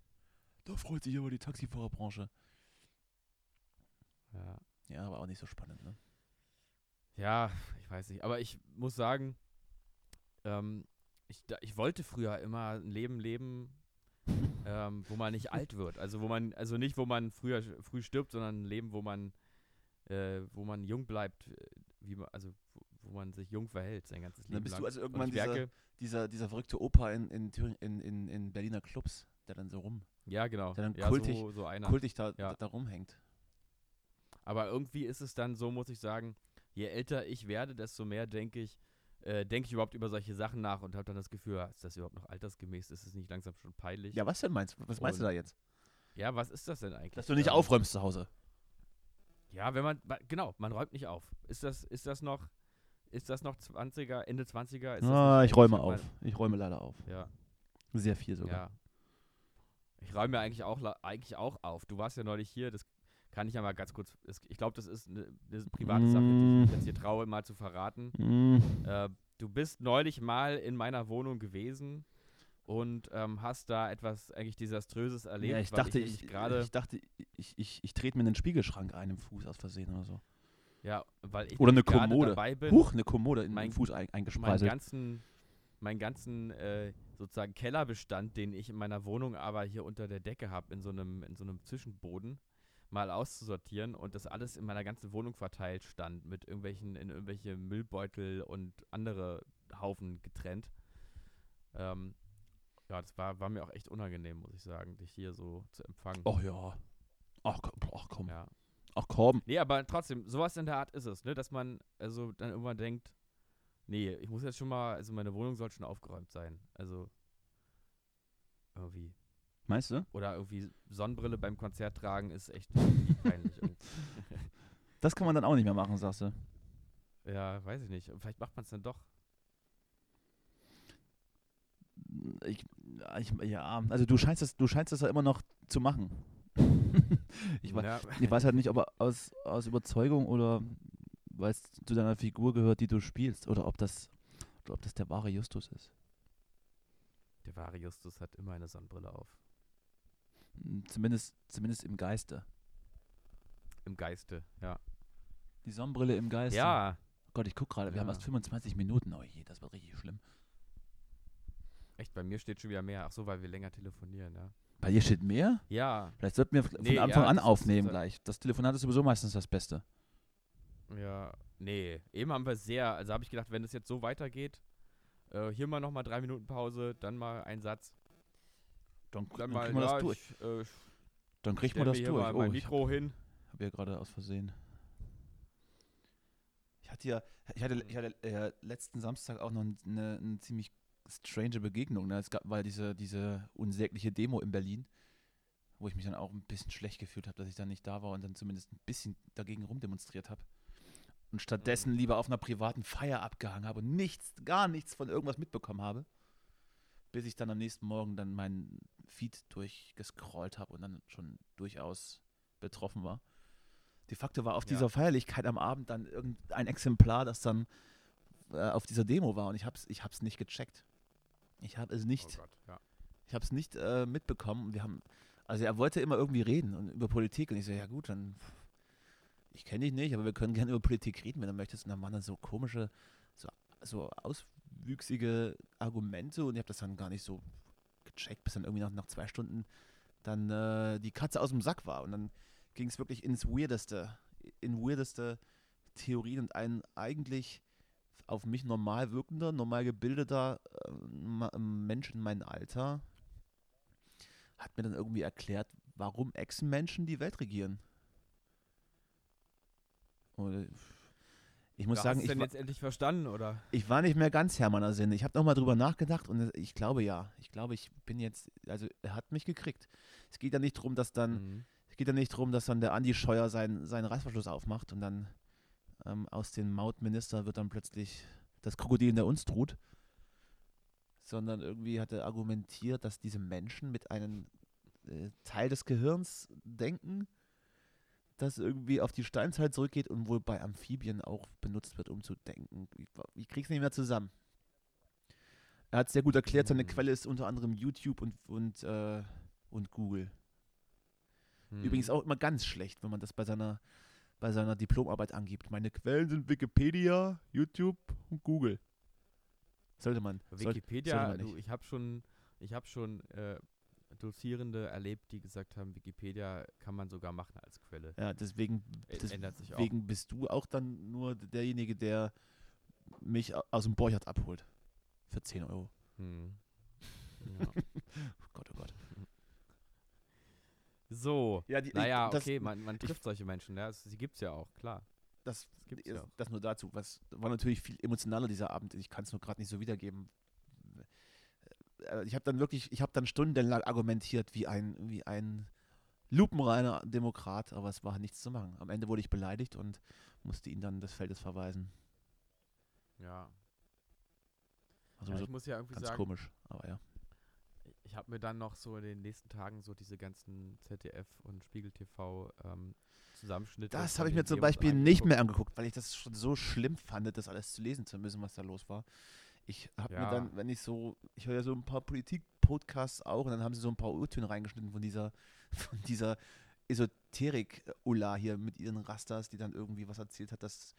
Da freut sich aber die Taxifahrerbranche. Ja. Ja, aber auch nicht so spannend, ne? ja, ich weiß nicht. Aber ich muss sagen, ähm, ich, da, ich wollte früher immer ein Leben [LAUGHS] leben, ähm, wo man nicht alt wird. Also wo man, also nicht, wo man früher früh stirbt, sondern ein Leben, wo man, äh, wo man jung bleibt, äh, wie man, also wo, wo man sich jung verhält sein ganzes Leben Dann bist lang. du also Und irgendwann ich dieser, merke, dieser, dieser verrückte Opa in, in, Thüringen, in, in, in Berliner Clubs, der dann so rum, ja genau, der dann ja, kultig- so, so einer. kultig da, Ja. da rumhängt. Aber irgendwie ist es dann so, muss ich sagen, je älter ich werde, desto mehr denke ich, äh, denke ich überhaupt über solche Sachen nach und habe dann das Gefühl, ja, ist das überhaupt noch altersgemäß? Ist es nicht langsam schon peinlich? Ja, was denn meinst du? Was meinst du Und- da jetzt? Ja, was ist das denn eigentlich? Dass du nicht Ähm, aufräumst zu Hause. Ja, wenn man, wa- genau, man räumt nicht auf. Ist das, ist das noch, ist das noch 20er, Ende 20er? Ist das Ah, nicht ich räume eigentlich auf. schon Ich räume leider auf. Mal, ja, Sehr viel ja. sogar. Ich räume ja eigentlich auch, la- eigentlich auch auf. Du warst ja neulich hier, das kann ich ja mal ganz kurz, das, ich glaube, das ist eine, eine private Sache, die Mm. ich mich jetzt hier traue, mal zu verraten. Mm. Äh, du bist neulich mal in meiner Wohnung gewesen und ähm, hast da etwas eigentlich desaströses erlebt. ja, ich weil dachte, ich, ich, mich gerade, ich dachte, ich, ich, ich trete mir einen Spiegelschrank ein im Fuß aus Versehen oder so. ja, weil ich Oder nämlich eine gerade Kommode. dabei bin, Huch, eine Kommode in Mein- meinen Fuß ein, meinen eingespeist. ganzen, meinen ganzen äh, sozusagen Kellerbestand, den ich in meiner Wohnung aber hier unter der Decke habe, in so einem, in so einem Zwischenboden, mal auszusortieren und das alles in meiner ganzen Wohnung verteilt stand, mit irgendwelchen, in irgendwelche Müllbeutel und andere Haufen getrennt. Ähm, ja, das war, war mir auch echt unangenehm, muss ich sagen, dich hier so zu empfangen. Ach ja. Ach, komm, ach komm. Ja. Ach komm. Nee, aber trotzdem, sowas in der Art ist es, ne? Dass man also dann irgendwann denkt, nee, ich muss jetzt schon mal, also meine Wohnung soll schon aufgeräumt sein. Also irgendwie. Meinst du? Oder irgendwie Sonnenbrille beim Konzert tragen ist echt [LAUGHS] irgendwie peinlich. irgendwie. Das kann man dann auch nicht mehr machen, sagst du. ja, weiß ich nicht. Vielleicht macht man es dann doch. Ich, ich, ja, also du scheinst das, du scheinst das ja immer noch [LAUGHS] zu machen. ich, weiß, Ja. ich weiß halt nicht, ob er aus, aus Überzeugung oder weil es zu deiner Figur gehört, die du spielst, oder ob das, oder ob das der wahre Justus ist. Der wahre Justus hat immer eine Sonnenbrille auf. Mm, Zumindest, zumindest im Geiste. Im Geiste, ja. Die Sonnenbrille im Geiste. Ja, Gott, ich guck gerade, wir haben Ja. erst 25 Minuten. Oh je, das wird richtig schlimm. echt, bei mir steht schon wieder mehr. Ach so, weil wir länger telefonieren, ja. Bei dir steht mehr? Ja, Vielleicht sollten wir von Nee, Anfang ja, an das- das- aufnehmen das- gleich. Das Telefonat ist sowieso meistens das Beste. ja. Nee, eben haben wir sehr, also habe ich gedacht, wenn es jetzt so weitergeht, äh, hier mal nochmal drei Minuten Pause, dann mal ein Satz. Dann, Dann dann mal, kriegt man ja, das durch. Ich, äh, stell Dann kriegt mir man das hier durch. Mal Oh, mein ich Mikro hin. habe ja gerade aus Versehen. Ich hatte ja, ich hatte, ich hatte äh, letzten Samstag auch noch eine, eine ziemlich strange Begegnung. Ne? Es gab mal diese, diese unsägliche Demo in Berlin, wo ich mich dann auch ein bisschen schlecht gefühlt habe, dass ich dann nicht da war und dann zumindest ein bisschen dagegen rumdemonstriert habe. Und stattdessen lieber auf einer privaten Feier abgehangen habe und nichts, gar nichts von irgendwas mitbekommen habe. Bis ich dann am nächsten Morgen dann meinen Feed durchgescrollt habe und dann schon durchaus betroffen war. De facto war auf Ja. dieser Feierlichkeit am Abend dann irgendein Exemplar, das dann äh, auf dieser Demo war und ich hab's, ich hab's nicht gecheckt. Ich habe es nicht, Oh Gott, ja. ich hab's nicht äh, mitbekommen. Und Wir haben, also er wollte immer irgendwie reden und über Politik und ich so, ja gut, dann pff, ich kenne dich nicht, aber wir können gerne über Politik reden, wenn du möchtest. Und dann waren dann so komische, so, so auswüchsige Argumente und ich habe das dann gar nicht so gecheckt, bis dann irgendwie nach, nach zwei Stunden dann äh, die Katze aus dem Sack war und dann ging es wirklich ins Weirdeste, in weirdeste Theorien und ein eigentlich auf mich normal wirkender, normal gebildeter äh, Ma- Mensch in meinem Alter hat mir dann irgendwie erklärt, warum Echsenmenschen die Welt regieren. Und äh, ich muss Ja, sagen, hast du ich denn wa- jetzt endlich verstanden, oder? ich war nicht mehr ganz Herr meiner Sinne. Ich habe nochmal drüber nachgedacht und äh, ich glaube ja. Ich glaube, ich bin jetzt, also er hat mich gekriegt. Es geht ja nicht drum, dass dann, Mhm. es geht ja nicht drum, dass dann der Andi Scheuer seinen, seinen Reißverschluss aufmacht und dann ähm, aus dem Mautminister wird dann plötzlich das Krokodil in der uns tut. Sondern irgendwie hat er argumentiert, dass diese Menschen mit einem äh, Teil des Gehirns denken, das irgendwie auf die Steinzeit zurückgeht und wohl bei Amphibien auch benutzt wird, um zu denken. Ich, ich krieg's nicht mehr zusammen. Er hat sehr gut erklärt, seine Hm. Quelle ist unter anderem YouTube und, und, äh, und Google. Mhm. Übrigens auch immer ganz schlecht, wenn man das bei seiner, bei seiner Diplomarbeit angibt. Meine Quellen sind Wikipedia, YouTube und Google. Sollte man. Sollte, sollte Wikipedia, man du, nicht. ich habe schon, ich habe schon äh, Dozierende erlebt, die gesagt haben, Wikipedia kann man sogar machen als Quelle. ja, deswegen, Ä- ändert sich auch. deswegen bist du auch dann nur derjenige, der mich au- aus dem Borchardt abholt. Für 10 Euro. Hm. Ja. Oh Gott, oh Gott. [LAUGHS] so. Ja, die, Naja, das, okay, man, man trifft solche Menschen, ja, es- sie gibt's ja auch, klar. Das, Das gibt's ist- ja auch. das nur dazu. Was war natürlich viel emotionaler dieser Abend. Ich kann es nur gerade nicht so wiedergeben. Äh, Ich habe dann wirklich, ich habe dann stundenlang argumentiert wie ein, wie ein lupenreiner Demokrat, aber es war nichts zu machen. Am Ende wurde ich beleidigt und musste ihn dann des Feldes verweisen. Ja. Also ja so ich muss ja irgendwie ganz sagen, komisch, aber ja. ich habe mir dann noch so in den nächsten Tagen so diese ganzen ZDF und Spiegel TV ähm, Zusammenschnitte. Das von habe ich den mir zum Demos Beispiel nicht angeguckt. mehr angeguckt, weil ich das schon so schlimm fand, das alles zu lesen zu müssen, was da los war. Ich habe mir Ja. dann, wenn ich so, ich höre ja so ein paar Politik-Podcasts auch und dann haben sie so ein paar Urtöne reingeschnitten von dieser, [LAUGHS] von dieser Esoterik-Ulla hier mit ihren Rastas, die dann irgendwie was erzählt hat, dass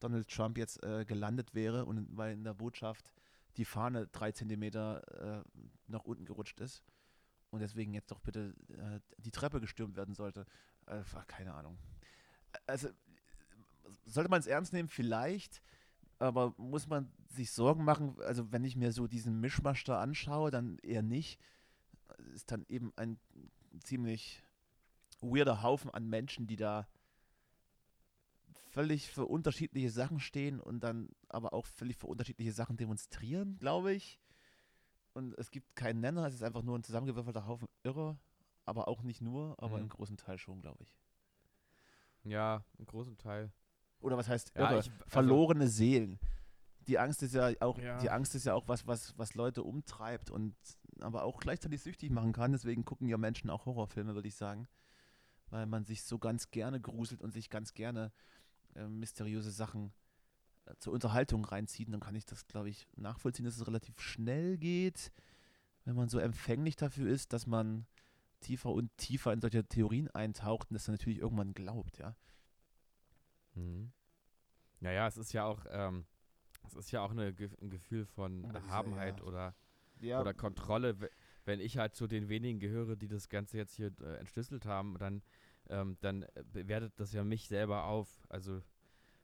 Donald Trump jetzt äh, gelandet wäre und weil in der Botschaft die Fahne drei Zentimeter äh, nach unten gerutscht ist und deswegen jetzt doch bitte äh, die Treppe gestürmt werden sollte. Äh, war keine Ahnung. Also sollte man es ernst nehmen? Vielleicht. Aber muss man sich Sorgen machen? Also wenn ich mir so diesen Mischmasch da anschaue, dann eher nicht. Es Ist dann eben ein ziemlich weirder Haufen an Menschen, die da völlig für unterschiedliche Sachen stehen und dann aber auch völlig für unterschiedliche Sachen demonstrieren, glaube ich. Und es gibt keinen Nenner, es ist einfach nur ein zusammengewürfelter Haufen Irrer, aber auch nicht nur, aber Mhm. im großen Teil schon, glaube ich. Ja, einen großen Teil. Oder was heißt Ja, Irre? ich- also- Verlorene Seelen. Die Angst ist ja auch, Ja. die Angst ist ja auch was, was, was Leute umtreibt und aber auch gleichzeitig süchtig machen kann. Deswegen gucken ja Menschen auch Horrorfilme, würde ich sagen. Weil man sich so ganz gerne gruselt und sich ganz gerne äh, mysteriöse Sachen äh, zur Unterhaltung reinzieht. Und Dann kann ich das, glaube ich, nachvollziehen, dass es relativ schnell geht, wenn man so empfänglich dafür ist, dass man tiefer und tiefer in solche Theorien eintaucht und das dann natürlich irgendwann glaubt, ja. Mhm. Naja, es ist ja auch, ähm, es ist ja auch eine, Ge- ein Gefühl von Aber dieser- Erhabenheit ja. oder, Ja, oder Kontrolle. We- Wenn ich halt zu den wenigen gehöre, die das Ganze jetzt hier äh, entschlüsselt haben, dann, ähm, dann äh, bewertet das ja mich selber auf. Also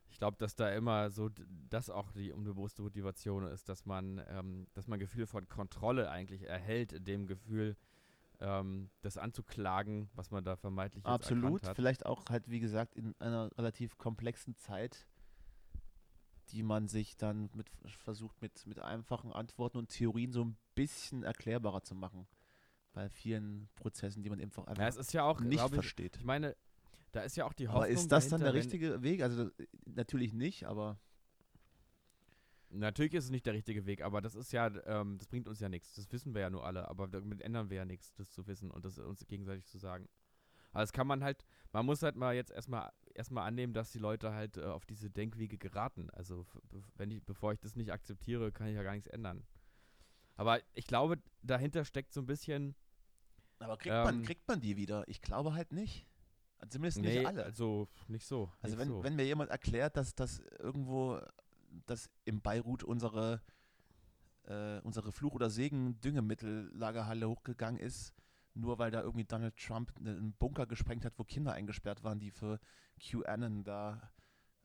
ich glaube, dass da immer so d- das auch die unbewusste Motivation ist, dass man, ähm, dass man Gefühl von Kontrolle eigentlich erhält, in dem Gefühl, ähm, das anzuklagen, was man da vermeintlich jetzt Absolut, erkannt hat. vielleicht auch halt, wie gesagt, in einer relativ komplexen Zeit, die man sich dann mit versucht, mit, mit einfachen Antworten und Theorien so ein bisschen erklärbarer zu machen. Bei vielen Prozessen, die man einfach, Ja, es einfach ist ja auch, nicht glaub ich, versteht. Ich meine, da ist ja auch die Hoffnung. Aber ist das dann der dahinter, richtige Weg? Also das- natürlich nicht, aber Wenn, natürlich ist es nicht der richtige Weg, aber das ist ja, ähm, das bringt uns ja nichts. Das wissen wir ja nur alle, aber damit ändern wir ja nichts, das zu wissen und das uns gegenseitig zu sagen. Aber das kann man halt, man muss halt mal jetzt erstmal erstmal annehmen, dass die Leute halt äh, auf diese Denkwege geraten. Also f- be- wenn ich, bevor ich das nicht akzeptiere, kann ich ja gar nichts ändern. Aber ich glaube, dahinter steckt so ein bisschen. aber kriegt, man, Ähm. kriegt man die wieder? Ich glaube halt nicht. Zumindest nicht alle. Also nicht so. Also nicht wenn, so. wenn mir jemand erklärt, dass das irgendwo, dass im Beirut unsere, äh, unsere Fluch- oder Segen-Düngemittellagerhalle hochgegangen ist, nur weil da irgendwie Donald Trump ne- einen Bunker gesprengt hat, wo Kinder eingesperrt waren, die für QAnon da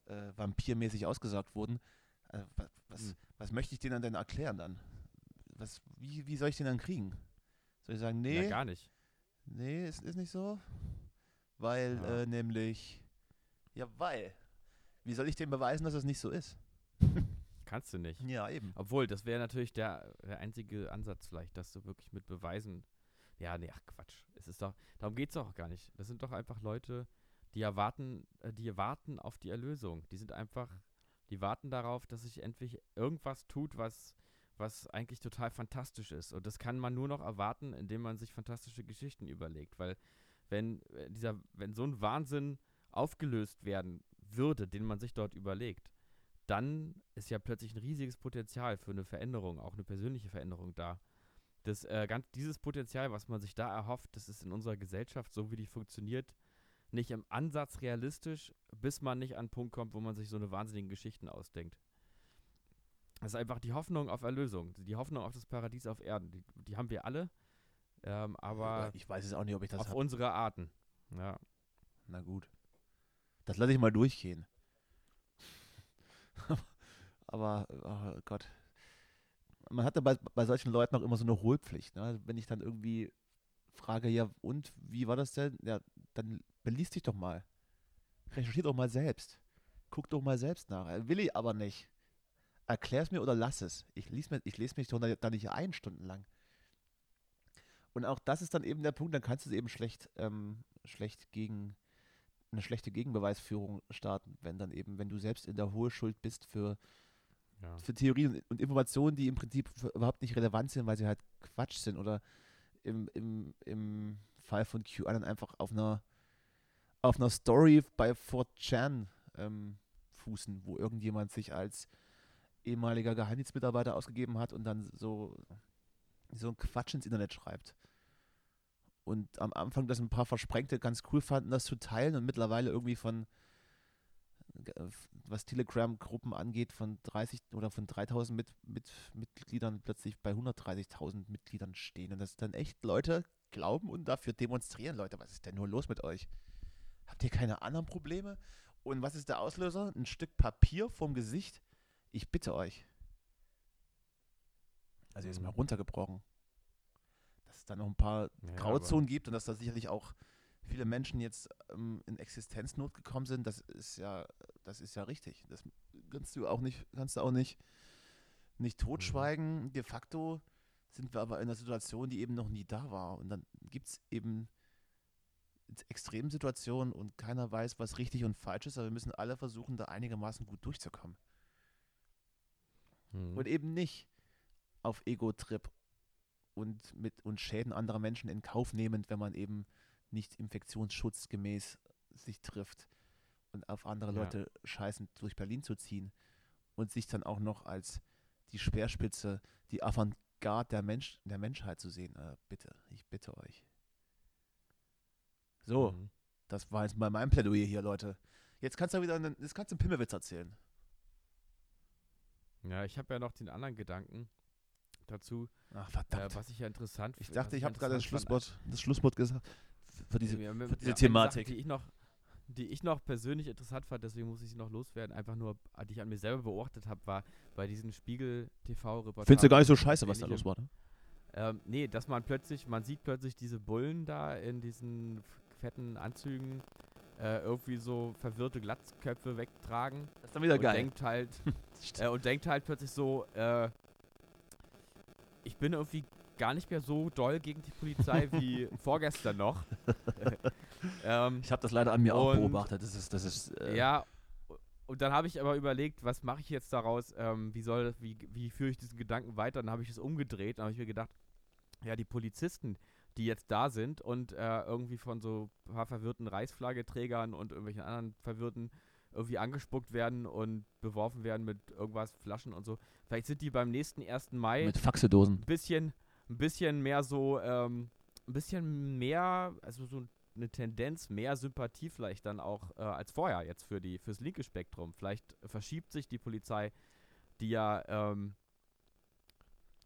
äh, vampirmäßig ausgesaugt wurden. Äh, wa- was, Hm. was möchte ich denen denn erklären dann? Was, wie, wie soll ich den dann kriegen? Soll ich sagen, nee, ja, gar nicht. Nee, es ist nicht so. Weil Ja. äh, nämlich. Ja, weil. Wie soll ich dem beweisen, dass das nicht so ist? Kannst du nicht. Ja, eben. Obwohl, das wäre natürlich der, der einzige Ansatz vielleicht, dass du wirklich mit Beweisen. Ja, nee, ach Quatsch. Es ist doch, darum geht's doch auch gar nicht. Das sind doch einfach Leute, die erwarten, äh, die warten auf die Erlösung. Die sind einfach, die warten darauf, dass sich endlich irgendwas tut, was, was eigentlich total fantastisch ist. Und das kann man nur noch erwarten, indem man sich fantastische Geschichten überlegt. Weil wenn äh, dieser, wenn so ein Wahnsinn aufgelöst werden würde, den man sich dort überlegt, dann ist ja plötzlich ein riesiges Potenzial für eine Veränderung, auch eine persönliche Veränderung da. Das, äh, ganz, dieses Potenzial, was man sich da erhofft, das ist in unserer Gesellschaft, so wie die funktioniert, nicht im Ansatz realistisch, bis man nicht an einen Punkt kommt, wo man sich so eine wahnsinnigen Geschichten ausdenkt. Das ist einfach die Hoffnung auf Erlösung, die Hoffnung auf das Paradies auf Erden. Die, die haben wir alle, ähm, aber ich weiß jetzt auch nicht, ob ich das auf hab. unsere Arten. Ja. Na gut. Das lasse ich mal durchgehen. [LAUGHS] Aber, oh Gott. Man hat ja bei, bei solchen Leuten auch immer so eine Hohlpflicht. Ne? Wenn ich dann irgendwie frage, ja, und wie war das denn? Ja, dann beließ dich doch mal. Recherchier doch mal selbst. Guck doch mal selbst nach. Äh, Will ich aber nicht. Erklär's mir oder lass es. Ich lese mir, ich lese mich doch da nicht ein stundenlang. Und auch das ist dann eben der Punkt, dann kannst du es eben schlecht, ähm, schlecht gegen eine schlechte Gegenbeweisführung starten, wenn dann eben, wenn du selbst in der Hohlschuld bist für Ja. für Theorien und Informationen, die im Prinzip für- überhaupt nicht relevant sind, weil sie halt Quatsch sind oder im, im, im Fall von QAnon einfach auf einer, auf einer Story bei 4chan ähm, fußen, wo irgendjemand sich als ehemaliger Geheimdienstmitarbeiter ausgegeben hat und dann so, so einen Quatsch ins Internet schreibt. Und am Anfang das ein paar Versprengte ganz cool fanden, das zu teilen und mittlerweile irgendwie von äh, was Telegram-Gruppen angeht, von 30 oder von 3000 mit, mit Mitgliedern plötzlich bei 130.000 Mitgliedern stehen und dass dann echt Leute glauben und dafür demonstrieren. Leute, was ist denn nur los mit euch? Habt ihr keine anderen Probleme? Und was ist der Auslöser? Ein Stück Papier vorm Gesicht? Ich bitte euch. Also jetzt mal Mhm. runtergebrochen. Dass es dann noch ein paar Ja, Grauzonen gibt und dass da sicherlich auch viele Menschen jetzt ähm, in Existenznot gekommen sind, das ist ja, das ist ja richtig. Das kannst du auch nicht, kannst du auch nicht, nicht totschweigen. Mhm. De facto sind wir aber in einer Situation, die eben noch nie da war. Und dann gibt es eben Extremsituationen und keiner weiß, was richtig und falsch ist, aber wir müssen alle versuchen, da einigermaßen gut durchzukommen. Mhm. Und eben nicht auf Ego-Trip und mit und Schäden anderer Menschen in Kauf nehmend, wenn man eben nicht infektionsschutzgemäß sich trifft und auf andere Ja. Leute scheißend durch Berlin zu ziehen und sich dann auch noch als die Speerspitze, die Avantgarde der, Mensch, der Menschheit zu sehen. Äh, bitte, ich bitte euch. So, Mhm. das war jetzt mal mein Plädoyer hier, Leute. Jetzt kannst du wieder einen, jetzt kannst du einen Pimmelwitz erzählen. Ja, ich habe ja noch den anderen Gedanken dazu, Ach, äh, verdammt. was ich ja interessant ich f- dachte, was ich habe gerade das halt interessant fand, Schlusswort, das Schlusswort gesagt. Für diese, Ja, mir- für diese eine Sache, Thematik. die, ich noch, die ich noch persönlich interessant fand, deswegen muss ich sie noch loswerden, einfach nur, äh, die ich an mir selber beobachtet habe, war bei diesen Spiegel-TV-Reportagen. Findest du gar nicht so scheiße, was da Wenige- los war, ne? Ähm, nee, dass man plötzlich, man sieht plötzlich diese Bullen da in diesen f- fetten Anzügen äh, irgendwie so verwirrte Glatzköpfe wegtragen Das ist dann wieder und denkt [LAUGHS] halt äh, und denkt halt plötzlich so, äh, ich bin irgendwie gar nicht mehr so doll gegen die Polizei [LAUGHS] wie vorgestern noch. [LAUGHS] ähm, Ich habe das leider an mir auch Und- beobachtet. Das ist, das ist, äh, ja, u- und dann habe ich aber überlegt, was mache ich jetzt daraus? Ähm, wie soll, wie, wie führe ich diesen Gedanken weiter? Dann habe ich es umgedreht. Dann habe ich mir gedacht, ja, die Polizisten, die jetzt da sind und äh, irgendwie von so ein paar verwirrten Reichsflaggeträgern und irgendwelchen anderen verwirrten irgendwie angespuckt werden und beworfen werden mit irgendwas, Flaschen und so. Vielleicht sind die beim nächsten 1. Mai mit Faxedosen. ein bisschen, ein bisschen mehr so, ähm, ein bisschen mehr, also so eine Tendenz, mehr Sympathie vielleicht dann auch äh, als vorher jetzt für die, fürs linke Spektrum. Vielleicht verschiebt sich die Polizei, die ja, ähm,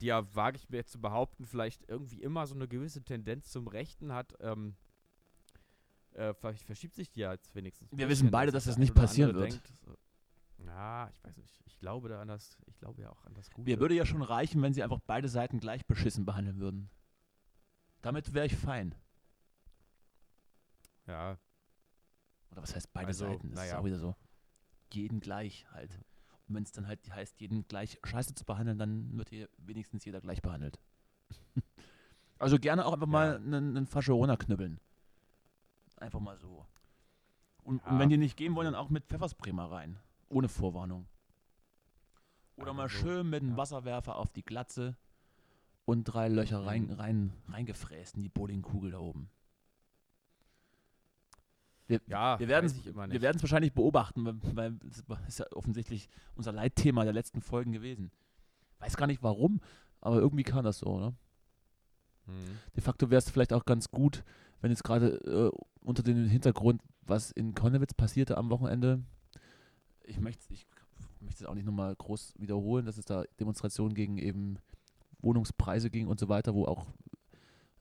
die ja, wage ich mir jetzt zu behaupten, vielleicht irgendwie immer so eine gewisse Tendenz zum Rechten hat, ähm, äh, vielleicht verschiebt sich die ja jetzt wenigstens. ein Wir wissen bisschen, beide, dass der das nicht ein oder andere passieren wird. Denkt, so, ja, ich weiß nicht. Ich glaube da an das, ich glaube ja auch an das Gute. Mir würde ja schon reichen, wenn sie einfach beide Seiten gleich beschissen behandeln würden. Damit wäre ich fein. ja, Oder was heißt beide Also, Seiten? Das ist naja. auch wieder so. Jeden gleich halt. Und wenn es dann halt heißt, jeden gleich scheiße zu behandeln, dann wird hier wenigstens jeder gleich behandelt. [LAUGHS] also gerne auch einfach mal Ja. einen, einen Fascherona knüppeln. Einfach mal so. Und, Ja. und wenn die nicht gehen wollen, dann auch mit Pfefferspray mal rein. Ohne Vorwarnung. Oder Einfach mal Also so. schön mit einem Ja. Wasserwerfer auf die Glatze und drei Löcher rein, Mhm. rein, reingefräst in die Bowlingkugel da oben. Wir, Ja, wir werden weiß ich immer wir nicht. werden es wahrscheinlich beobachten, weil- weil es war- ist ja offensichtlich unser Leitthema der letzten Folgen gewesen. Weiß gar nicht warum, aber irgendwie kam das so, ne? Mhm. De facto wäre es vielleicht auch ganz gut, wenn jetzt gerade äh, unter dem Hintergrund, was in Konnewitz passierte am Wochenende, ich möchte ich möchte es auch nicht nochmal groß wiederholen, dass es da Demonstrationen gegen eben Wohnungspreise ging und so weiter, wo auch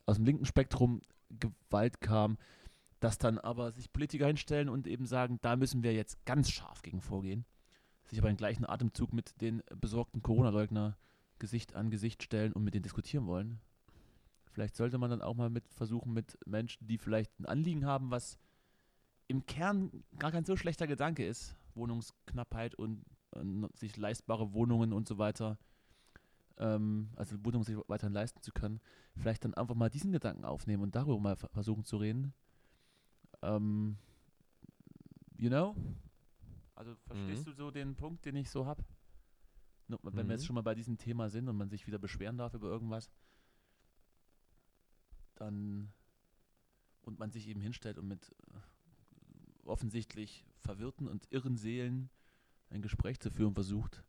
aus dem linken Spektrum Gewalt kam, dass dann aber sich Politiker hinstellen und eben sagen, da müssen wir jetzt ganz scharf gegen vorgehen, sich aber im gleichen Atemzug mit den besorgten Corona-Leugner Gesicht an Gesicht stellen und mit denen diskutieren wollen. Vielleicht sollte man dann auch mal mit versuchen, mit Menschen, die vielleicht ein Anliegen haben, was im Kern gar kein so schlechter Gedanke ist, Wohnungsknappheit und äh, sich leistbare Wohnungen und so weiter, ähm, also Wohnungen sich weiterhin leisten zu können, vielleicht dann einfach mal diesen Gedanken aufnehmen und darüber mal ver- versuchen zu reden. Ähm, you know? Also verstehst du so den Punkt, den ich so habe? Wenn wir jetzt Mhm. schon mal bei diesem Thema sind und man sich wieder beschweren darf über irgendwas, dann und man sich eben hinstellt und mit äh, offensichtlich verwirrten und irren Seelen ein Gespräch zu führen versucht,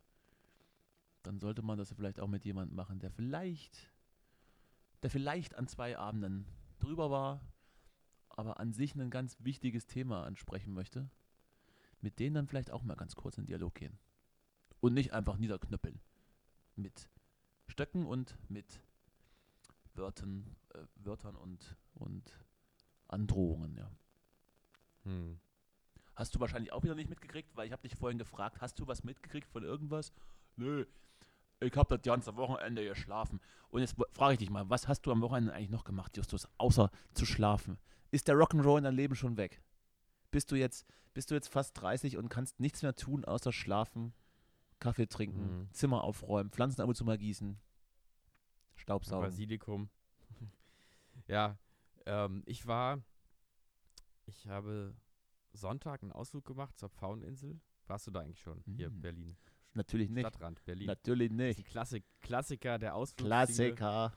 dann sollte man das vielleicht auch mit jemandem machen, der vielleicht, der vielleicht an zwei Abenden drüber war, aber an sich ein ganz wichtiges Thema ansprechen möchte, mit denen dann vielleicht auch mal ganz kurz in Dialog gehen. Und nicht einfach niederknüppeln. Mit Stöcken und mit Wörtern, äh, Wörtern und, und Androhungen, ja. Hm. Hast du wahrscheinlich auch wieder nicht mitgekriegt, weil ich habe dich vorhin gefragt, hast du was mitgekriegt von irgendwas? Nö, ich habe das ganze Wochenende geschlafen. Und jetzt frage ich dich mal, was hast du am Wochenende eigentlich noch gemacht, Justus, außer zu schlafen? Ist der Rock'n'Roll in deinem Leben schon weg? bist du jetzt, bist du jetzt fast 30 und kannst nichts mehr tun, außer schlafen, Kaffee trinken, Mhm. Zimmer aufräumen, Pflanzen ab und zu mal gießen, Staubsaugen. Basilikum. [LAUGHS] ja, ähm, ich war, ich habe Sonntag einen Ausflug gemacht zur Pfaueninsel. Warst du da eigentlich schon? Hier, Mm. Berlin. Natürlich nicht. Stadtrand, Berlin. Natürlich Das ist nicht. ein Klassik, Klassiker der Ausflug. Klassiker.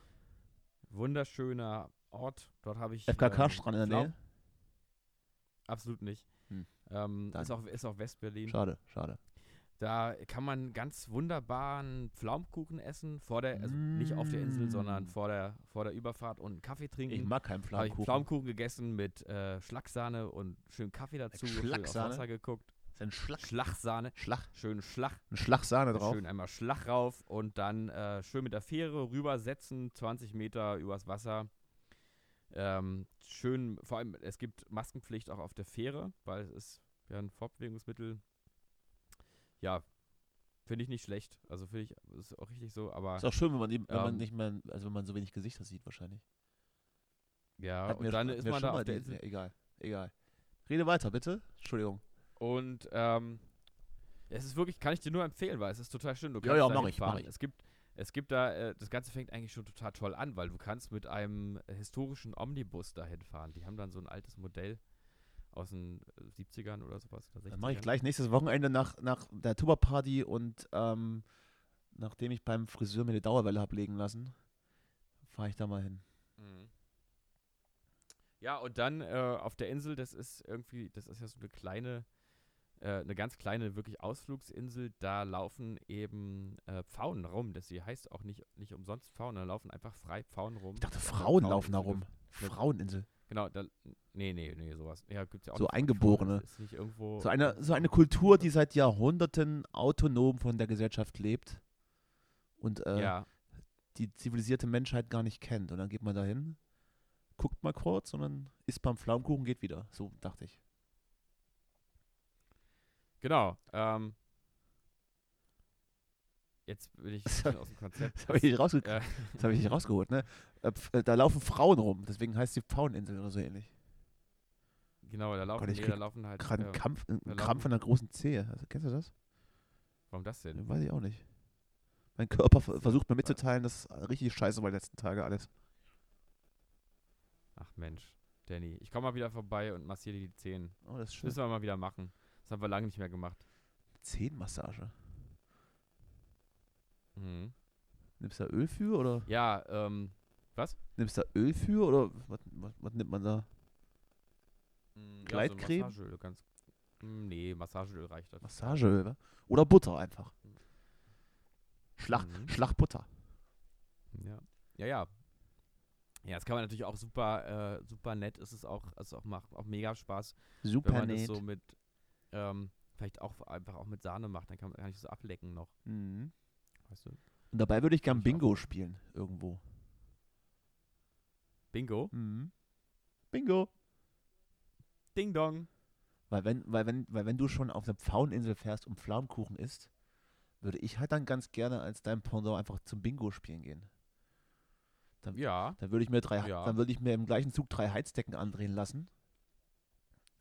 Wunderschöner Ort. Dort habe ich. FKK-Strand in der Flau- Nähe. Absolut nicht. Hm. Ähm, Dann. ist auch, ist auch Westberlin. Schade, schade. Da kann man ganz wunderbaren Pflaumkuchen essen, vor der, also nicht auf der Insel, sondern Mm. vor der, vor der Überfahrt und einen Kaffee trinken. Ich mag keinen Habe ich Flammkuchen. Pflaumkuchen gegessen mit äh, Schlagsahne und schönen Kaffee dazu. schön auf Schlagsahne? Wasser geguckt. Ist ein Schlag, Schlagsahne. Schlag, Schön Schlag. ein Schlagsahne drauf. Schön einmal Schlag rauf und dann äh, schön mit der Fähre rübersetzen, 20 Meter übers Wasser. Ähm, schön, vor allem, es gibt Maskenpflicht auch auf der Fähre, weil es ist ja ein Fortbewegungsmittel. Ja, finde ich nicht schlecht. Also finde ich, ist auch richtig so, aber Ist auch schön, wenn man, die, wenn man Ähm, nicht mehr, also wenn man so wenig Gesichter sieht wahrscheinlich. ja, Hatten und wir dann schon- ist wir man schon da mal auf der die- Insel. ja, egal, egal. Rede weiter, bitte. Entschuldigung. Und ähm, es ist wirklich, kann ich dir nur empfehlen, weil es ist total schön. Du Ja, ja, da mach ich, mach hinfahren. ich. Es gibt, es gibt da, äh, das Ganze fängt eigentlich schon total toll an, weil du kannst mit einem historischen Omnibus dahin fahren. Die haben dann so ein altes Modell aus den äh, 70ern oder sowas. Oder Dann mache ich 60ern. gleich nächstes Wochenende nach, nach der Tuba-Party und ähm, nachdem ich beim Friseur mir eine Dauerwelle habe legen lassen, fahre ich da mal hin. Mhm. Ja, und dann äh, auf der Insel, das ist irgendwie, das ist ja so eine kleine, äh, eine ganz kleine wirklich Ausflugsinsel, da laufen eben äh, Pfauen rum. Das sie heißt auch nicht, nicht umsonst Pfauen, da laufen einfach frei Pfauen rum. Ich dachte, Also Frauen Pfauen laufen da ist eine- rum. Fraueninsel. Genau, da, nee, nee, nee, sowas. Ja, gibt's ja auch So nicht von Pfauen, Eingeborene. das Ist nicht irgendwo So eine, so eine Kultur, die seit Jahrhunderten autonom von der Gesellschaft lebt und äh, Ja, die zivilisierte Menschheit gar nicht kennt. Und dann geht man da hin, guckt mal kurz und dann isst man Pflaumenkuchen, geht wieder. So dachte ich. genau. Ähm, jetzt bin [LAUGHS] ich ein bisschen aus dem Das Konzept. habe ich nicht rausgekriegt. äh, Das habe ich nicht rausgeholt, ne? Äh, pf- äh, Da laufen Frauen rum, deswegen heißt sie Pfaueninsel oder so ähnlich. genau, da laufen, Gott, ich nee, da krieg laufen halt. Gerade ein äh, Kampf, ein da Krampf laufen- an der großen Zehe. Also, kennst du das? warum das denn? Weiß ich auch nicht. Mein Körper ver- Ja, versucht mir weiß- mitzuteilen, dass richtig scheiße war die letzten Tage alles. Ach Mensch, Danny, ich komme mal wieder vorbei und massiere dir die Zehen. Oh, das ist schön. Müssen wir mal wieder machen. Das haben wir lange nicht mehr gemacht. Zehenmassage. Mhm. Nimmst du da Öl für oder Ja, ähm, nimmst du da Öl für oder was, was, was nimmt man da? mh, mm, Ja, Gleitcreme? so Massageöl, ganz. Mh, Nee, Massageöl reicht das. Massageöl, wa? äh, ne? Oder Butter einfach. Schlag, Mhm. Schlagbutter. Ja. Ja, ja. Ja, das kann man natürlich auch super, äh, super nett. Es ist auch, es auch macht auch mega Spaß, wenn Super man das nett. so mit, ähm, vielleicht auch einfach auch mit Sahne macht. Dann kann man kann ich das ablecken noch. mhm. Weißt du? Und dabei würde ich gern Ich auch. Bingo spielen irgendwo. Bingo. Mhm. Bingo. Ding dong. Weil wenn, weil, wenn, weil wenn du schon auf eine Pfaueninsel fährst und Pflaumenkuchen isst, würde ich halt dann ganz gerne als dein Pendant einfach zum Bingo spielen gehen. Ja. Dann würde ich mir drei, Ja. dann würde ich mir im gleichen Zug drei Heizdecken andrehen lassen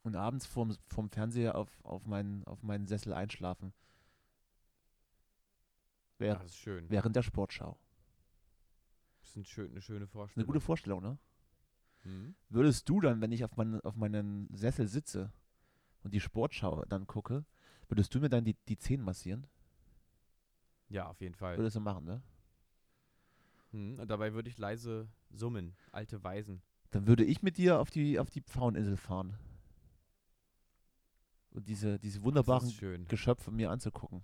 und abends vorm, vorm Fernseher auf, auf, meinen, auf meinen Sessel einschlafen. ja. Während, Das ist schön. während der Sportschau. Das ist ein schön, eine schöne Ist eine Vorstellung. gute Vorstellung, ne? mhm. Würdest du dann, wenn ich auf, meinen auf meinen Sessel sitze und die Sportschau dann gucke, würdest du mir dann die, die Zehen massieren? Ja, auf jeden Fall. Würdest du machen, ne? Mhm. Und dabei würde ich leise summen, alte Weisen. Dann würde ich mit dir auf die, auf die Pfaueninsel fahren. Und diese, diese Das wunderbaren ist schön. Geschöpfe mir anzugucken.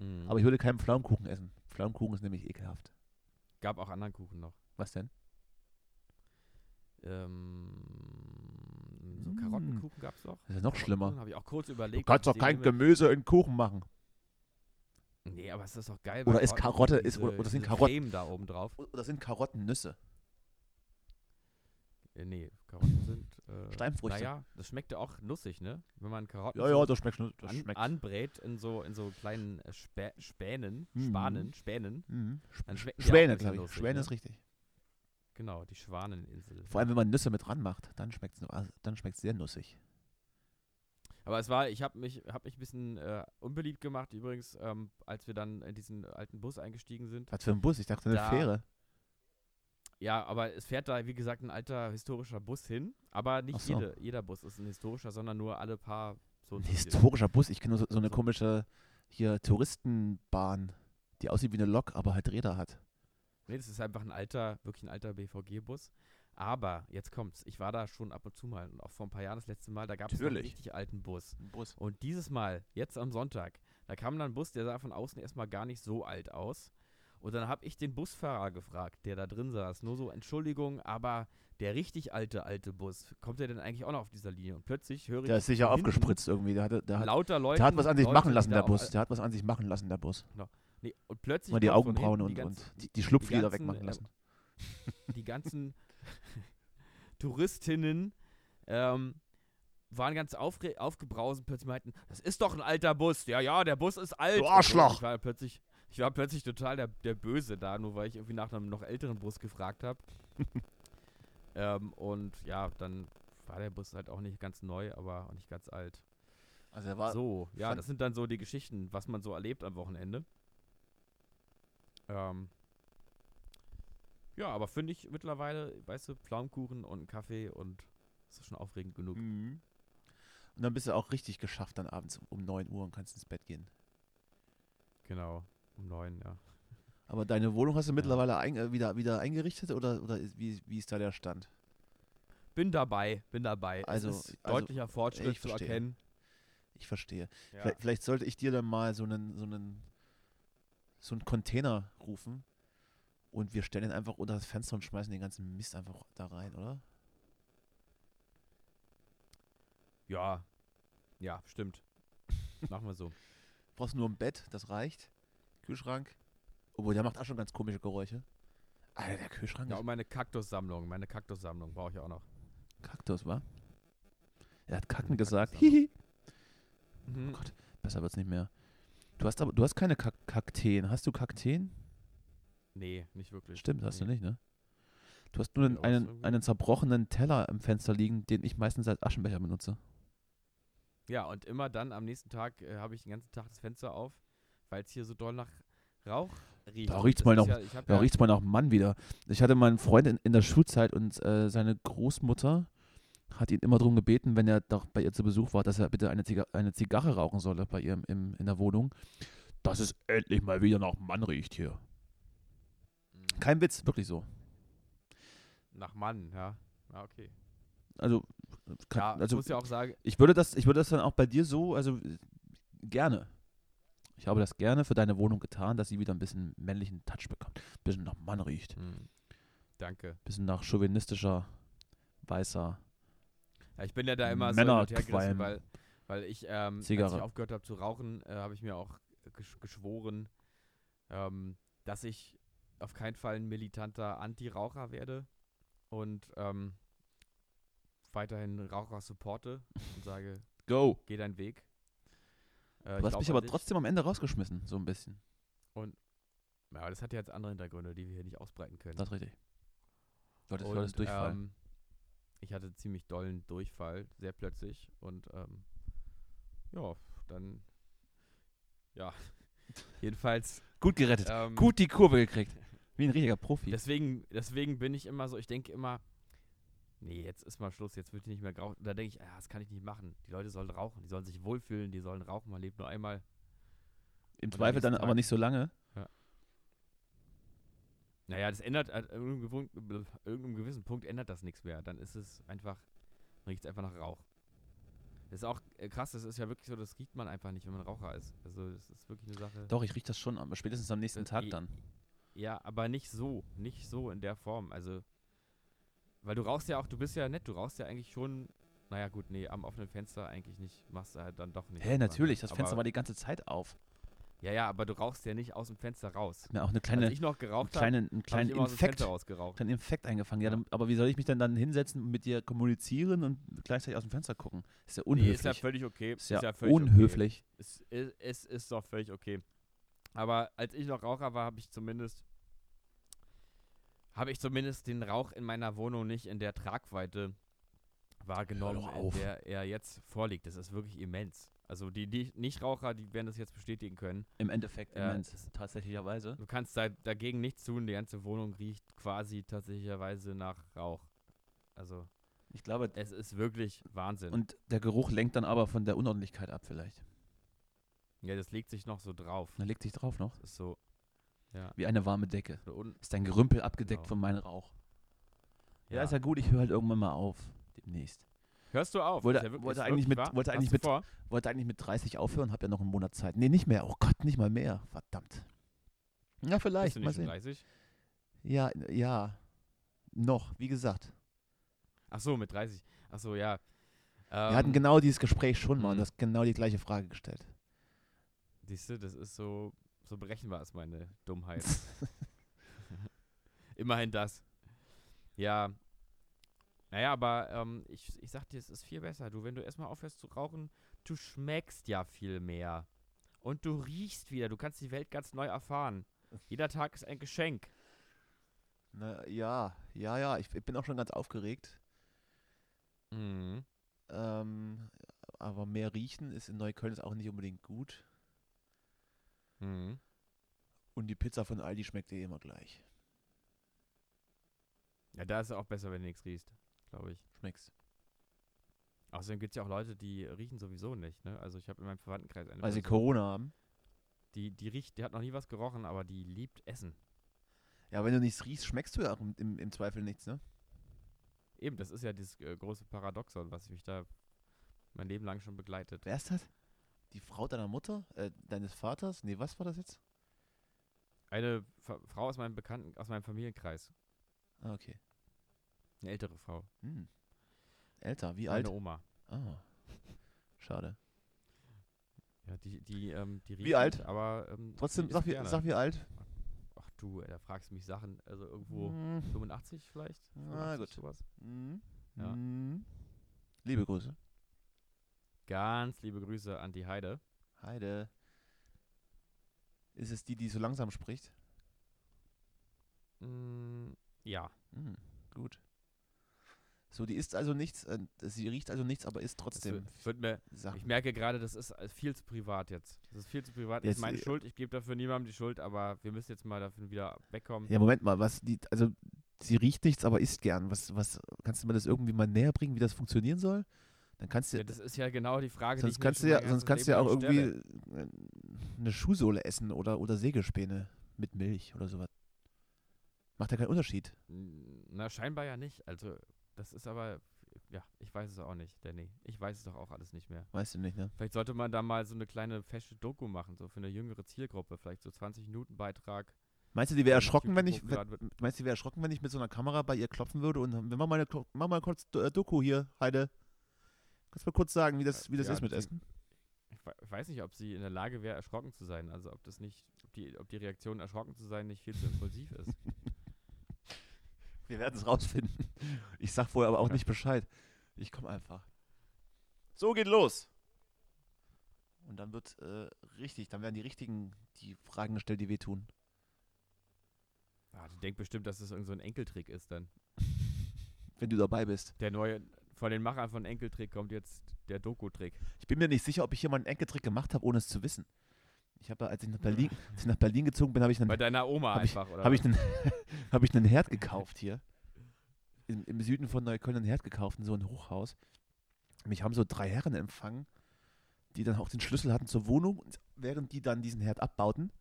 Mhm. Aber ich würde keinen Pflaumenkuchen essen. Pflaumenkuchen ist nämlich ekelhaft. gab auch anderen Kuchen noch. Was denn? Ähm, so Mm. Karottenkuchen gab es noch. Das ist ja noch schlimmer. Habe ich auch kurz überlegt. Du ob kannst ich doch den kein nehme. Gemüse in Kuchen machen. Nee, aber es ist doch geil. Oder bei ist Karotten Karotte- ist- oder- oder sind Karotten- Creme da oben drauf. Oder sind Karotten Nüsse? Äh, nee, Karotten sind. Äh, Steinfrüchte. Naja, das schmeckte auch nussig, ne? Wenn man Karotten Ja, so ja, das schmeckt. nur- Das an, schmeckt. anbrät in so, in so kleinen äh, Spä Spänen, Mhm. Spanen, Spänen. Mhm. Dann schmecken die auch ein Schwäne, bisschen glaube ich. nussig, Schwäne ne? ist richtig. Genau, die Schwaneninsel. Vor allem, wenn man Nüsse mit ranmacht, dann schmeckt es dann also, schmeckt's sehr nussig. Aber es war, ich habe mich, hab mich ein bisschen äh, unbeliebt gemacht, übrigens, ähm, als wir dann in diesen alten Bus eingestiegen sind. Was für ein Bus? Ich dachte, eine Da- Fähre. Ja, aber es fährt da, wie gesagt, ein alter historischer Bus hin. Aber nicht Ach so. jede, jeder Bus ist ein historischer, sondern nur alle paar so. Ein und so viele. historischer Bus. Ich kenne nur so, so eine So. komische hier Touristenbahn, die aussieht wie eine Lok, aber halt Räder hat. Nee, das ist einfach ein alter, wirklich ein alter BVG-Bus. Aber jetzt kommt's. Ich war da schon ab und zu mal und auch vor ein paar Jahren das letzte Mal, da gab es einen Natürlich. richtig alten Bus. Ein Bus. Und dieses Mal, jetzt am Sonntag, da kam dann ein Bus, der sah von außen erstmal gar nicht so alt aus. Und dann habe ich den Busfahrer gefragt, der da drin saß. Nur so, Entschuldigung, aber der richtig alte, alte Bus, kommt der denn eigentlich auch noch auf dieser Linie? Und plötzlich höre ich Der ist sicher hinten aufgespritzt irgendwie. Der hat, der hat, lauter Leute. der hat was an sich Leute, machen die lassen, da der auch- Bus. Der hat was an sich machen lassen, der Bus. Nee, und plötzlich Mal die kommt von Augenbrauen hinten und, ganze- und die, die Schlupflider ganzen, wegmachen äh, lassen. die ganzen [LAUGHS] Touristinnen ähm, waren ganz aufge aufgebraust und plötzlich meinten, das ist doch ein alter Bus. Ja, ja, der Bus ist alt. Du Und so. Arschloch. Ich war plötzlich, ich war plötzlich total der, der Böse da, nur weil ich irgendwie nach einem noch älteren Bus gefragt [LAUGHS] habe. ähm, und ja, dann war der Bus halt auch nicht ganz neu, aber auch nicht ganz alt. äh, Also der war So, ja, fand- das sind dann so die Geschichten, was man so erlebt am Wochenende. Ähm, ja, aber finde ich mittlerweile, weißt du, Pflaumenkuchen und einen Kaffee und das ist schon aufregend genug. Mhm. Und dann bist du auch richtig geschafft dann abends um- um 9 Uhr und kannst ins Bett gehen. Genau, um neun, ja. Aber deine Wohnung hast du mittlerweile ein, äh, wieder, wieder eingerichtet oder, oder ist, wie, wie ist da der Stand? Bin dabei, bin dabei. Also- es ist also, deutlicher Fortschritt ich zu verstehe. erkennen. Ich verstehe. Ja. Vielleicht, vielleicht sollte ich dir dann mal so einen, so einen, so einen Container rufen und wir stellen ihn einfach unter das Fenster und schmeißen den ganzen Mist einfach da rein, oder? ja, ja, stimmt. Machen wir so. [LAUGHS] Brauchst nur ein Bett, das reicht. Kühlschrank. Obwohl, der macht auch schon ganz komische Geräusche. Alter, der Kühlschrank Ja, ist und meine Kaktussammlung, meine Kaktussammlung brauche ich auch noch. Kaktus, wa? Er hat Kacken gesagt. Kaktus haben Hihi. Mhm. Gott. [LAUGHS] Besser wird's nicht mehr. Du hast aber, du hast keine Kak Kakteen. Hast du Kakteen? Nee, nicht wirklich. Stimmt, hast du Nee. nicht, ne? Du hast nur einen, Sieht aus einen, irgendwie. einen zerbrochenen Teller im Fenster liegen, den ich meistens als Aschenbecher benutze. Ja, und immer dann am nächsten Tag äh, habe ich den ganzen Tag das Fenster auf, weil es hier so doll nach Rauch riecht. Da riecht's Das mal ist noch- Ja, ich hab Da ja, riecht's mal nach Mann wieder. Ich hatte mal einen Freund in, in der Schulzeit und äh, seine Großmutter hat ihn immer darum gebeten, wenn er doch bei ihr zu Besuch war, dass er bitte eine, Ziga eine Zigarre rauchen solle bei ihr im, im, in der Wohnung. Dass es endlich mal wieder nach Mann riecht hier. Mhm. Kein Witz, wirklich so. nach Mann, ja. Ah, okay. Also, kann, ja, ich also muss ja auch sagen, ich würde das, ich würde das dann auch bei dir so, also äh, gerne. Ich habe das gerne für deine Wohnung getan, dass sie wieder ein bisschen männlichen Touch bekommt, ein bisschen nach Mann riecht, ein hm, danke. bisschen nach chauvinistischer weißer. Ja, ich bin ja da immer Männer so hin und hergerissen, qualmen. weil, weil ich, ähm, als ich Zigarre. aufgehört habe zu rauchen, äh, habe ich mir auch gesch geschworen, ähm, dass ich auf keinen Fall ein militanter Anti-Raucher werde und ähm, weiterhin Raucher supporte und sage, Go. geh deinen Weg. Äh, ich Du hast glaub mich an aber dich. trotzdem am Ende rausgeschmissen, so ein bisschen. Ja, aber das hat ja jetzt andere Hintergründe, die wir hier nicht ausbreiten können. Das ist richtig. Du hattest, du Und, hattest Durchfall. Ähm, ich hatte ziemlich dollen Durchfall, sehr plötzlich. Und ähm, ja, dann. Ja. [LAUGHS] Jedenfalls. Gut gerettet. Ähm, Gut die Kurve gekriegt. Wie ein richtiger Profi. Deswegen, deswegen bin ich immer so, ich denke immer, nee, jetzt ist mal Schluss, jetzt wird nicht mehr geraucht. Da denke ich, ah, das kann ich nicht machen. Die Leute sollen rauchen, die sollen sich wohlfühlen, die sollen rauchen, man lebt nur einmal. Im am Zweifel dann nächsten aber Tag- nicht so lange. Naja, das ändert, an irgendeinem, gewun- irgendeinem gewissen Punkt ändert das nichts mehr. Dann ist es einfach, riecht es einfach nach Rauch. Das ist auch äh, krass, das ist ja wirklich so, das riecht man einfach nicht, wenn man Raucher ist. Also das ist wirklich eine Sache. Doch, ich rieche das schon, aber spätestens am nächsten Das- Tag i- dann. Ja, aber nicht so, nicht so in der Form. Also, weil du rauchst ja auch, du bist ja nett, du rauchst ja eigentlich schon, naja gut, nee, am offenen Fenster eigentlich nicht, machst du halt dann doch nicht. Hä, Aber- natürlich, das Fenster aber, war die ganze Zeit auf. Ja, ja, aber du rauchst ja nicht aus dem Fenster raus. Mir auch eine Als kleine, Also ich noch einen geraucht habe, kleinen, einen habe kleinen ich immer aus dem Infekt, Fenster einen rausgeraucht. kleinen Infekt eingefangen. Ja, Ja. Dann, aber wie soll ich mich denn dann hinsetzen und mit dir kommunizieren und gleichzeitig aus dem Fenster gucken? Ist ja Nee, ist ja unhöflich. völlig okay. ist ja, völlig okay. unhöflich. Es, i- es ist doch völlig okay. Aber als ich noch Raucher war, habe ich zumindest habe ich zumindest den Rauch in meiner Wohnung nicht in der Tragweite wahrgenommen, Hör doch auf. in der er jetzt vorliegt. Das ist wirklich immens. Also die, die Nichtraucher, die werden das jetzt bestätigen können. Im Endeffekt Ja, immens. tatsächlicherweise. Du kannst da, dagegen nichts tun. Die ganze Wohnung riecht quasi tatsächlicherweise nach Rauch. Also Ich glaube, es ist wirklich Wahnsinn. und der Geruch lenkt dann aber von der Unordentlichkeit ab vielleicht. ja, das legt sich noch so drauf. Dann legt sich drauf noch. Das ist so, ja. Wie eine warme Decke. Oder un Ist dein Gerümpel abgedeckt Genau. von meinem Rauch. Ja, ja. ist ja gut, ich höre halt irgendwann mal auf. Demnächst. Hörst du auf? Wollte- Ist ja wirklich- wollte ist eigentlich wirklich mit- wahr? wollte Hast eigentlich du mit- Vor? Wollte eigentlich mit 30 aufhören, hab ja noch einen Monat Zeit. Nee, nicht mehr. Oh Gott, nicht mal mehr. Verdammt. Ja, Bist vielleicht. du Mal nicht schon sehen. 30? Ja, ja. Noch, wie gesagt. Ach so, mit 30. Ach so, ja. Wir hatten genau dieses Gespräch schon mal und Ähm, mhm. das genau die gleiche Frage gestellt. Siehst du, das ist so, so berechenbar ist meine Dummheit. [LAUGHS] Immerhin das. Ja. Naja, aber ähm, ich, ich sag dir, es ist viel besser. Du, wenn du erstmal aufhörst zu rauchen, du schmeckst ja viel mehr. Und du riechst wieder. Du kannst die Welt ganz neu erfahren. Jeder Tag ist ein Geschenk. Na, Ne, ja, ja, ja. Ich, ich bin auch schon ganz aufgeregt. Mhm. Ähm, aber mehr riechen ist in Neukölln ist auch nicht unbedingt gut. Mhm. Und die Pizza von Aldi schmeckt eh immer gleich. Ja, da ist es auch besser, wenn du nichts riechst, glaube ich. Schmeckt's. Außerdem gibt es ja auch Leute, die riechen sowieso nicht. Ne? Also ich habe in meinem Verwandtenkreis eine, Weil sie Person, Corona haben. die, die riecht, die hat noch nie was gerochen, aber die liebt Essen. Ja, wenn du nichts riechst, schmeckst du ja auch im, im, im Zweifel nichts, ne? Eben, das ist ja dieses äh, große Paradoxon, was mich da mein Leben lang schon begleitet. Wer ist das? Die Frau deiner Mutter? Äh, deines Vaters? Nee, was war das jetzt? Eine Fa Frau aus meinem Bekannten, aus meinem Familienkreis, Ah, okay. eine ältere Frau, Hm. Älter, wie alt? meine Oma. Ah. Schade. Ja, die, die, ähm, die riecht alt? Nicht, aber ähm, Trotzdem, die isst sag wie, gerne. sag wie alt. Ach du, ey, da fragst du mich Sachen, also irgendwo Hm. 85 vielleicht? Ah, 85 gut. Sowas. Hm. Ja. Hm. Liebe Grüße. Ganz liebe Grüße an die Heide. Heide. Ist es die, die so langsam spricht? Mm, ja. Hm. Gut. So, die isst also nichts, äh, sie riecht also nichts, aber isst Das trotzdem wür- wird mir, ich Sachen. merke gerade, das ist äh, viel zu privat jetzt. Das ist viel zu privat. Jetzt, Jetzt, ist meine äh, Schuld, ich gebe dafür niemandem die Schuld, aber wir müssen jetzt mal davon wieder wegkommen. Ja, Moment mal, was die, also sie riecht nichts, aber isst gern. Was, was, kannst du mir das irgendwie mal näher bringen, wie das funktionieren soll? Dann kannst du, Ja, das ist ja genau die Frage, die ich sonst mir kannst schon du mein ja, sonst ganzes kannst du ja Leben auch lang irgendwie stelle. äh, eine Schuhsohle essen oder, oder Sägespäne mit Milch oder sowas. Macht ja keinen Unterschied. N- Na, scheinbar ja nicht. Also, das ist aber. Ja, ich weiß es auch nicht, Danny. Ich weiß es doch auch alles nicht mehr. Weißt du nicht, ne? Vielleicht sollte man da mal so eine kleine fesche Doku machen, so für eine jüngere Zielgruppe. Vielleicht so 20-Minuten-Beitrag. Meinst du, die der wäre auf erschrocken, wenn YouTube ich, hochgeladen wird. meinst du, die wäre erschrocken, wenn ich mit so einer Kamera bei ihr klopfen würde und dann- mach mal, eine, Ko- mach mal kurz Do- äh, Doku hier, Heide. Kannst du mal kurz sagen, wie das, wie das Ja, ist mit die- Essen? Ich we- ich weiß nicht, ob sie in der Lage wäre, erschrocken zu sein. Also, ob das nicht. Ob die, ob die Reaktion, erschrocken zu sein, nicht viel zu impulsiv ist. [LAUGHS] Wir werden es rausfinden. [LAUGHS] Ich sag vorher aber auch Ja. nicht Bescheid. Ich komme einfach. So geht los. Und dann wird äh, richtig, dann werden die richtigen die Fragen gestellt, die wehtun. Ah, die denkt bestimmt, dass das irgend so ein Enkeltrick ist dann. Wenn du dabei bist. Der neue. Von den Machern von Enkeltrick kommt jetzt der Doku-Trick. Ich bin mir nicht sicher, ob ich hier mal einen Enkeltrick gemacht habe, ohne es zu wissen. Ich habe, als ich nach Berlin, als ich nach Berlin gezogen bin, habe ich einen Bei deiner Oma Hab ich- einfach, oder? Habe was? ich, einen- [LAUGHS] hab ich einen Herd gekauft hier. Im, Im Süden von Neukölln einen Herd gekauft, in so ein Hochhaus. Mich haben so drei Herren empfangen, die dann auch den Schlüssel hatten zur Wohnung. Und während die dann diesen Herd abbauten,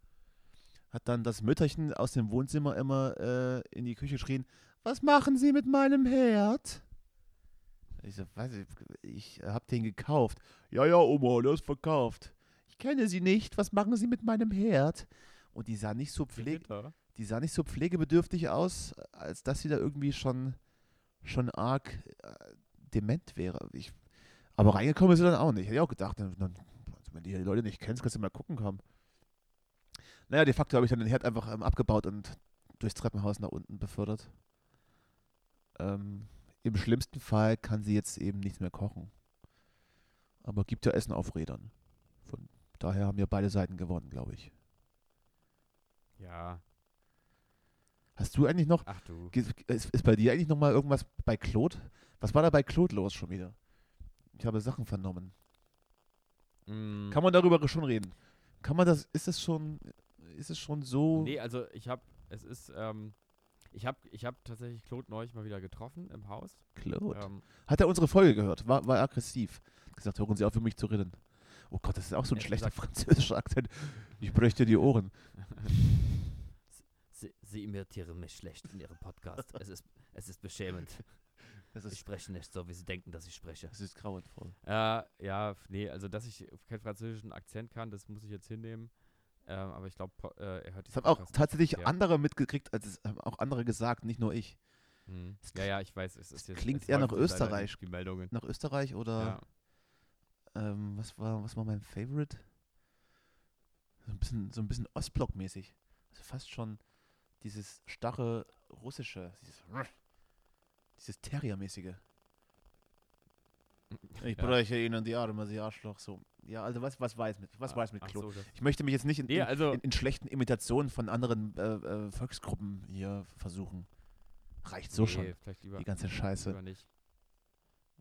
hat dann das Mütterchen aus dem Wohnzimmer immer äh, in die Küche geschrien: Was machen Sie mit meinem Herd? Ich so, was? Ich hab den gekauft. Ja, ja, Oma, der ist verkauft. Ich kenne Sie nicht. Was machen Sie mit meinem Herd? Und die sah nicht so pfleg Gewitter. die sah nicht so pflegebedürftig aus, als dass sie da irgendwie schon, schon arg äh, dement wäre. Ich, aber reingekommen ist sie dann auch nicht. Hätte ich auch gedacht, dann, dann, also wenn die Leute nicht kennst, kannst du mal gucken kommen. Naja, de facto habe ich dann den Herd einfach ähm, abgebaut und durchs Treppenhaus nach unten befördert. Ähm, Im schlimmsten Fall kann sie jetzt eben nichts mehr kochen. Aber gibt ja Essen auf Rädern. Von daher haben ja beide Seiten gewonnen, glaube ich. Ja. Hast du eigentlich noch, Ach du. ge- ist, ist bei dir eigentlich noch mal irgendwas bei Claude? Was war da bei Claude los schon wieder? Ich habe Sachen vernommen. Mm. Kann man darüber schon reden? Kann man das, ist es schon, ist es schon so? Nee, also ich habe, es ist, ähm, ich habe ich hab tatsächlich Claude neulich mal wieder getroffen im Haus. Claude. Ähm, Hat er unsere Folge gehört? War, war aggressiv. Hat Gesagt, hören Sie auf, für mich zu reden. Oh Gott, das ist auch so ein Er schlechter sagt- französischer Akzent. Ich bräuchte die Ohren. Sie, sie imitieren mich schlecht in Ihrem Podcast. es, ist, es ist beschämend. Das Ich spreche nicht so, wie Sie denken, dass ich spreche. das ist grauenvoll. äh, ja, f- nee, also dass ich keinen französischen Akzent kann, das muss ich jetzt hinnehmen. Ähm, aber ich glaube, äh, er hört Das diesen haben auch Podcast tatsächlich Ja. andere mitgekriegt, als es haben auch andere gesagt, nicht nur ich. nicht. Mhm. es Ja, kli- ja, ich weiß, es ist jetzt. klingt es eher nach häufen sich leider Österreich. Die, die Meldungen. Nach Österreich oder Ja. ähm, was, war, was war mein Favorite? So ein bisschen, so ein bisschen Ostblock-mäßig. Also fast schon dieses starre russische, dieses, [LAUGHS] dieses Terrier-mäßige. Ich Mm, Ja. bräuche Ihnen die Arme, Sie Arschloch. So. Ja, also was, was war jetzt mit, was war jetzt mit Ah, Ach Klo? so, das- Ich möchte mich jetzt nicht in, Nee, in, also, in, in schlechten Imitationen von anderen äh, äh, Volksgruppen hier versuchen. Reicht so nee, schon, Vielleicht lieber, die ganze Scheiße. lieber nicht.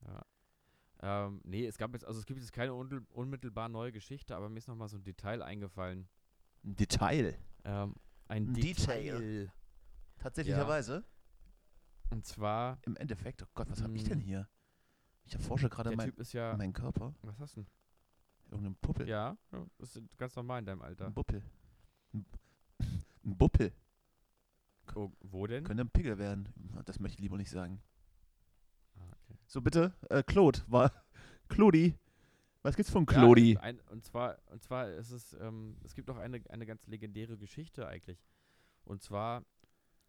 Ja. Ähm, nee, es gab jetzt, also es gibt jetzt keine unmittel- unmittelbar neue Geschichte, aber mir ist nochmal so ein Detail eingefallen. Ein Detail. Ähm, ein, Ein Detail. Detail. Tatsächlicherweise, Und zwar, im Endeffekt, oh Gott, was habe ich Mm. denn hier? Ich erforsche gerade der mein, Typ ist ja. meinen Körper. Was hast du Irgendein denn? Puppel. Ja, ja, das ist ganz normal in deinem Alter. Ein Buppel. Ein ein Buppel. Oh, wo denn? Könnte ein Pickel werden. Das möchte ich lieber nicht sagen. Ah, okay. So, bitte, äh, Claude, war. Claudi. Was gibt's von Ja, Claudi? ein, und zwar, und zwar ist es, ähm, es gibt auch eine, eine ganz legendäre Geschichte eigentlich. Und zwar,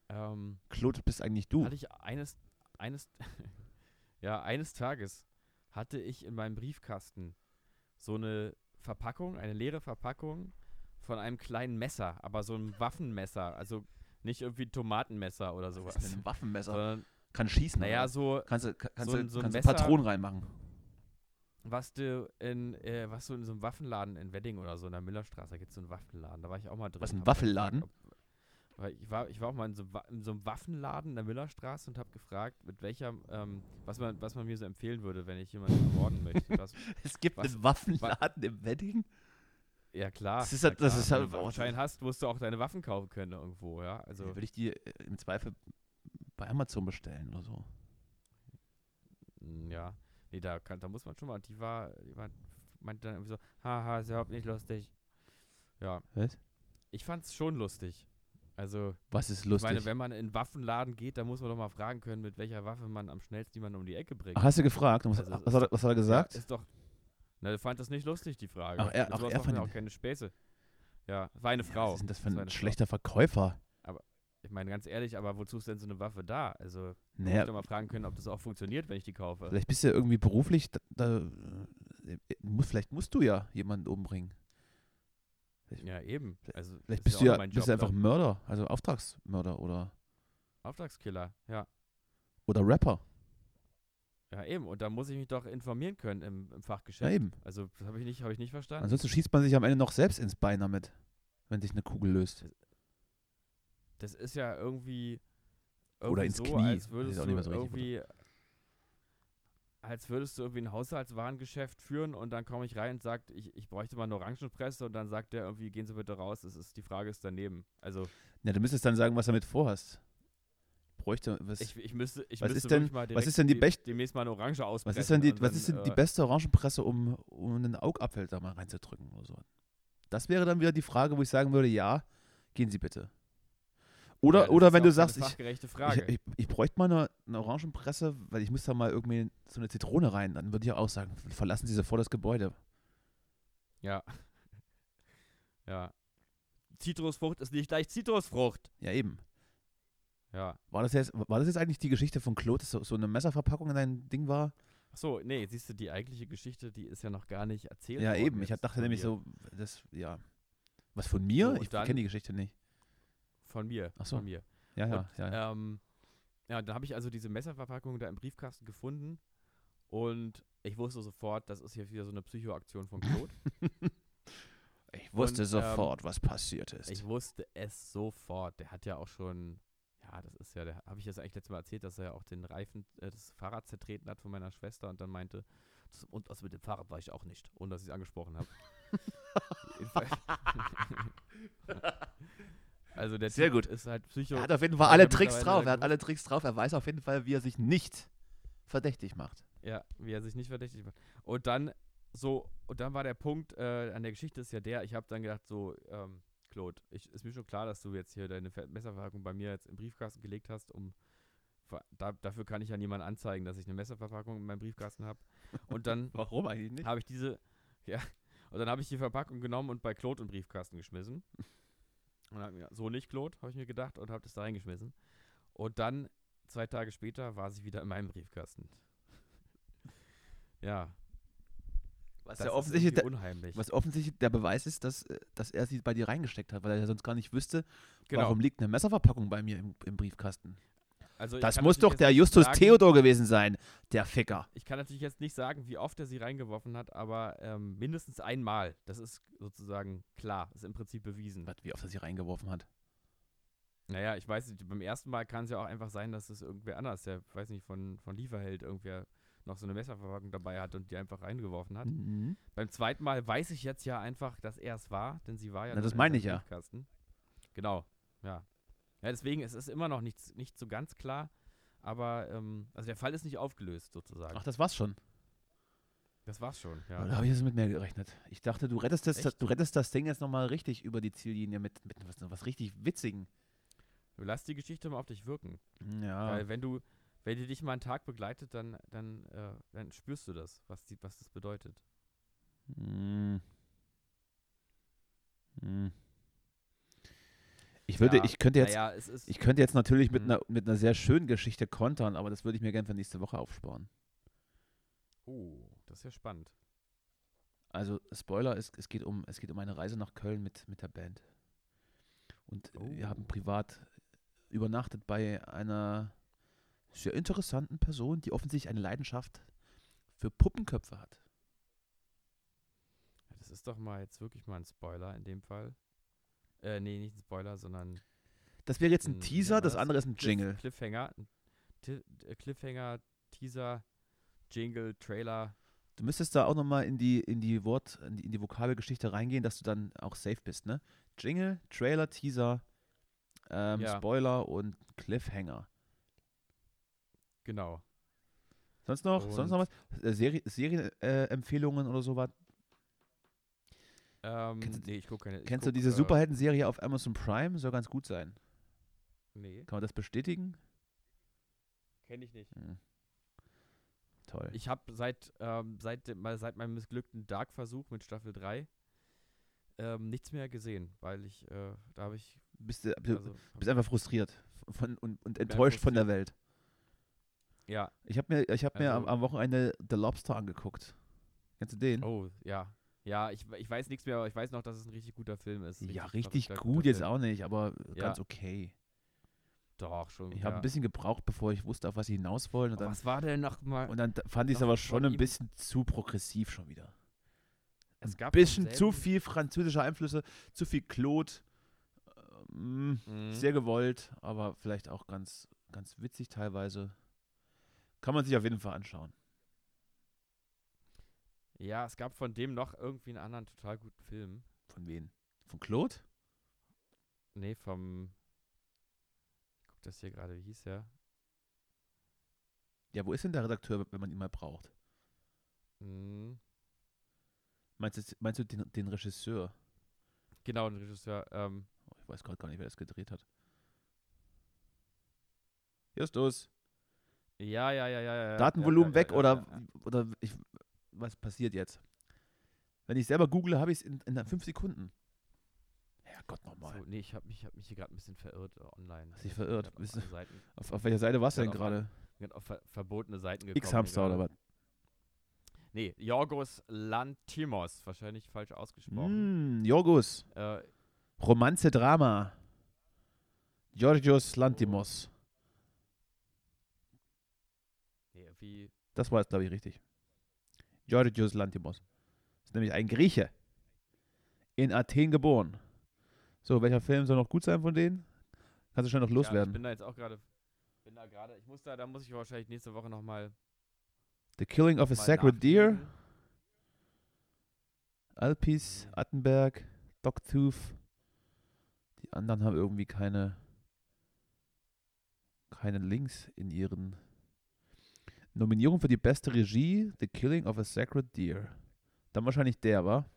ähm, Claude bist eigentlich du. hatte ich eines, eines, [LAUGHS] ja, eines Tages hatte ich in meinem Briefkasten so eine Verpackung, eine leere Verpackung von einem kleinen Messer, aber so ein Waffenmesser, also nicht irgendwie Tomatenmesser oder Was sowas, ist denn ein Waffenmesser. sondern Kann schießen. naja oder? so kannst du, kann- kannst so du, ein- so ein kannst du Messer- [LAUGHS] Patronen reinmachen. was du in äh, was du in so einem Waffenladen in Wedding oder so in der Müllerstraße gibt es so einen Waffenladen, da war ich auch mal drin. Was, ein hab da Waffelladen? gefragt, ob- Weil ich war ich war auch mal in so, einem Wa- in so einem Waffenladen in der Müllerstraße und habe gefragt, mit welcher ähm, was man was man mir so empfehlen würde, wenn ich jemanden ermorden [LAUGHS] möchte. Das, Es gibt Was- einen Waffenladen im Wedding? ja klar. Das ist na ja- das klar, ist halt ja- wenn du boah, einen das Waffenschein hast, musst du auch deine Waffen kaufen können irgendwo, ja. Also Würde ich die äh, im Zweifel bei Amazon bestellen oder so. Mm, Ja. Nee, da, kann, da muss man schon mal. Die war, die war, meinte dann irgendwie so, haha, ist überhaupt nicht lustig. Ja. Was? Ich fand's schon lustig. Also, Was ist ich lustig? meine, wenn man in einen Waffenladen geht, dann muss man doch mal fragen können, mit welcher Waffe man am schnellsten jemanden um die Ecke bringt. Ach, hast du gefragt? Und Was, Also, es was, hat, er- was hat er gesagt? Ja, ist doch. Na, der fand das nicht lustig, die Frage. Ach, er- Mit ach, sowas er macht man fand ja ihn- auch keine Späße. Ja, war eine Ja, Frau. Was ist denn das für Das war ein eine Frau. schlechter Verkäufer? Ich meine, ganz ehrlich, aber wozu ist denn so eine Waffe da? Also, man muss doch Naja, mal fragen können, ob das auch funktioniert, wenn ich die kaufe. vielleicht bist du ja irgendwie beruflich, da, da, äh, muss, vielleicht musst du ja jemanden umbringen. Ja, eben. Also, Vielleicht das bist ist du auch ja mein bist du Job, ne? einfach Leute. Mörder, also Auftragsmörder oder, Auftragskiller, ja. oder Rapper. Ja, eben. Und da muss ich mich doch informieren können im, im Ja, Fachgeschäft. eben. Also, das habe ich nicht, habe ich nicht verstanden. Ansonsten schießt man sich am Ende noch selbst ins Bein damit, wenn sich eine Kugel löst. das ist ja irgendwie, irgendwie Oder ins so, Knie. als Weiß würdest ich auch du nicht mehr so richtig, irgendwie als würdest du irgendwie ein Haushaltswarengeschäft führen und dann komme ich rein und sagt, ich, ich bräuchte mal eine Orangenpresse und dann sagt der irgendwie, gehen Sie bitte raus, es ist, die Frage ist daneben. Also Ja, du müsstest dann sagen, was du damit vorhast. Bräuchte, was, ich, ich müsste, ich was müsste ist denn- wirklich mal was direkt ist denn die de- best- demnächst mal eine Orange auspressen. was ist denn die, und was ist denn dann, die äh, beste Orangenpresse, um, um einen Augapfel da mal reinzudrücken oder so? Das wäre dann wieder die Frage, wo ich sagen würde, ja, gehen Sie bitte. Oder, ja, das oder ist wenn ja du auch sagst, Eine ich, fachgerechte ich, Frage. ich, ich bräuchte mal eine, eine Orangenpresse, weil ich müsste da mal irgendwie so eine Zitrone rein, dann würde ich auch sagen, verlassen Sie sofort das Gebäude. Ja. [LAUGHS] Ja. Zitrusfrucht ist nicht gleich Zitrusfrucht. Ja, eben. Ja. War das jetzt, war das jetzt eigentlich die Geschichte von Claude, dass so, so eine Messerverpackung in deinem Ding war? Ach so, nee, siehst du, die eigentliche Geschichte, die ist ja noch gar nicht erzählt Ja, worden eben. Ich jetzt hab dachte von nämlich mir. so, das, ja. Was von mir? So, und ich dann- kenne die Geschichte nicht. Von mir. Ach so. Von mir. Ja, ja, Und, ja. ja. Ähm, ja, da habe ich also diese Messerverpackung da im Briefkasten gefunden und ich wusste sofort, das ist hier wieder so eine Psychoaktion von Claude. Ich wusste und, ähm, sofort, was passiert ist. ich wusste es sofort. Der hat ja auch schon, ist ja, der habe ich das eigentlich letztes Mal erzählt, dass er ja auch den Reifen, äh, das Fahrrad zertreten hat von meiner Schwester und dann meinte, Das- Und was mit dem Fahrrad war ich auch nicht. ohne dass ich es [LAUGHS] angesprochen habe. [LAUGHS] also der Sehr Typ gut. ist halt Psycho. Er hat auf jeden Fall Ja, alle mittlerweile Tricks drauf. Er hat gut. alle Tricks drauf. Er weiß auf jeden Fall, wie er sich nicht verdächtig macht. Ja, wie er sich nicht verdächtig macht. Und dann so, und dann war der Punkt äh, an der Geschichte ist ja der, ich habe dann gedacht so, ähm, Claude, ich, ist mir schon klar, dass du jetzt hier deine Ver- Messerverpackung bei mir jetzt im Briefkasten gelegt hast, um ver- da, dafür kann ich ja niemanden anzeigen, dass ich eine Messerverpackung in meinem Briefkasten habe. Und dann Warum eigentlich nicht? habe ich diese, [LAUGHS] ja, und dann habe ich die Verpackung genommen und bei Claude im Briefkasten geschmissen. Und hab mir, so nicht Claude, habe ich mir gedacht und habe das da reingeschmissen. Und dann, zwei Tage später, war sie wieder in meinem Briefkasten. ja, Was das ja ist offensichtlich, irgendwie unheimlich. Was offensichtlich der Beweis ist, dass, äh, dass er sie bei dir reingesteckt hat, weil er ja sonst gar nicht wüsste, genau. warum liegt eine Messerverpackung bei mir im, im Briefkasten. Also ich Das kann muss natürlich doch der jetzt nicht Justus sagen, Theodor gewesen sein, der Ficker. Ich kann natürlich jetzt nicht sagen, wie oft er sie reingeworfen hat, aber ähm, mindestens einmal. Das ist sozusagen klar, ist im Prinzip bewiesen. Was, Wie oft er sie reingeworfen hat. Naja, ich weiß nicht, beim ersten Mal kann es ja auch einfach sein, dass es irgendwer anders, der, weiß nicht, von, von Lieferheld irgendwer noch so eine Messerverpackung dabei hat und die einfach reingeworfen hat. Mhm. Beim zweiten Mal weiß ich jetzt ja einfach, dass er es war, denn sie war ja. Na, dann das in meine seinem ich ja. Briefkasten. Genau, ja. Ja, deswegen es ist immer noch nicht, nicht so ganz klar, aber ähm, also der Fall ist nicht aufgelöst sozusagen. Ach, das war's schon. Das war's schon, Ja. ja. Da habe ich jetzt mit mehr gerechnet. Ich dachte, du rettest das, Echt? du rettest das Ding jetzt nochmal richtig über die Ziellinie mit, mit was, was richtig Witzigen. Lass die Geschichte mal auf dich wirken. Ja. Weil wenn du, wenn die dich mal einen Tag begleitet, dann, dann, äh, dann spürst du das, was, die, was das bedeutet. Hm. Hm. Ich würde, Ja, ich könnte jetzt, naja, es ist, ich könnte jetzt natürlich mit Mhm. einer mit einer sehr schönen Geschichte kontern, aber das würde ich mir gerne für nächste Woche aufsparen. Oh, das ist ja spannend. Also Spoiler, es, es geht um es geht um eine Reise nach Köln mit mit der Band. Und wir haben Oh. privat übernachtet bei einer sehr interessanten Person, die offensichtlich eine Leidenschaft für Puppenköpfe hat. Ja, Das ist doch mal jetzt wirklich mal ein Spoiler in dem Fall. Äh, nee, nicht ein Spoiler, sondern Das wäre jetzt ein Hm, wie Teaser, nennt man das das? andere ist ein Cliff- Jingle. Cliffhanger. ein Ti- äh, Cliffhanger, Teaser, Jingle, Trailer. Du müsstest da auch nochmal in die, in die Wort, in die, in die Vokabelgeschichte reingehen, dass du dann auch safe bist, ne? Jingle, Trailer, Teaser, ähm, Ja. Spoiler und Cliffhanger. Genau. Sonst noch, sonst noch Und- was? Äh, Serie- Serienempfehlungen äh, Empfehlungen oder sowas? Ähm, Kennst du- nee, ich gucke keine. ich Kennst du guck, diese äh, Superhelden-Serie auf Amazon Prime? Soll ganz gut sein. Nee, Kann man das bestätigen? kenne ich nicht. Hm. Toll. Ich habe seit, ähm, seit, dem- mal- seit meinem missglückten Dark-Versuch mit Staffel 3 ähm, nichts mehr gesehen, weil ich, äh, da habe ich, bist, du- du also, hab- bist einfach frustriert von, und, und bin enttäuscht von der Welt. ja, Ich habe mir, ich hab mir am, Also- am Wochenende The Lobster angeguckt. Kennst du den? Oh, ja. Ja, ich, we- ich weiß nichts mehr, aber ich weiß noch, dass es ein richtig guter Film ist. ja, richtig verrückter, gut guter jetzt Film. auch nicht, aber ganz Ja. okay. Doch, schon. Ich habe ja. ein bisschen gebraucht, bevor ich wusste, auf was sie hinaus wollen. Und Aber dann, was war denn nochmal? und dann d- fand ich es noch aber von schon ein ihm? bisschen zu progressiv schon wieder. Es ein gab vom bisschen zu selben- viel französische Einflüsse, zu viel Claude. Ähm, Mhm. Sehr gewollt, aber vielleicht auch ganz, ganz witzig teilweise. Kann man sich auf jeden Fall anschauen. Ja, es gab von dem noch irgendwie einen anderen total guten Film. Von wem? Von Claude? Nee, vom. Ich guck das hier gerade, wie hieß der? Ja, wo ist denn der Redakteur, wenn man ihn mal braucht? Mhm. Meinst du, meinst du den, den Regisseur? Genau, ein Regisseur. Ähm, Oh, ich weiß gerade gar nicht, wer das gedreht hat. Justus, ja, ja, ja, ja, ja. ja, Datenvolumen ja, ja, weg ja, oder, Ja, ja. oder ich, was passiert jetzt? Wenn ich selber google, habe ich es in, in fünf Sekunden. Herrgott nochmal. So, nee, ich habe mich, ich hab mich hier gerade ein bisschen verirrt äh, online. Hast dich verirrt. Ich bin Bist auf, alle du- Seiten, Auf, auf welcher Seite warst du Ja, denn doch, gerade? bin auf ver verbotene Seiten gekommen. hier X-Hamster gerade. oder was? Nee, Jorgos Lantimos, wahrscheinlich falsch ausgesprochen. Mm, Jorgos, Äh, Romanze, Drama. Georgios Lantimos. nee, irgendwie, Das war jetzt, glaube ich, richtig. Georgios Lantimos. Ist nämlich ein Grieche. In Athen geboren. So, welcher Film soll noch gut sein von denen? Kannst du schnell noch ja, ich loswerden. bin da jetzt auch gerade bin da gerade, ich muss da, da muss ich wahrscheinlich nächste Woche nochmal. The Killing of a Sacred Deer, Alpis, Attenberg, Dogtooth. Die anderen haben irgendwie keine, keine Links in ihren Nominierung für die beste Regie, The Killing of a Sacred Deer. Dann wahrscheinlich der, war.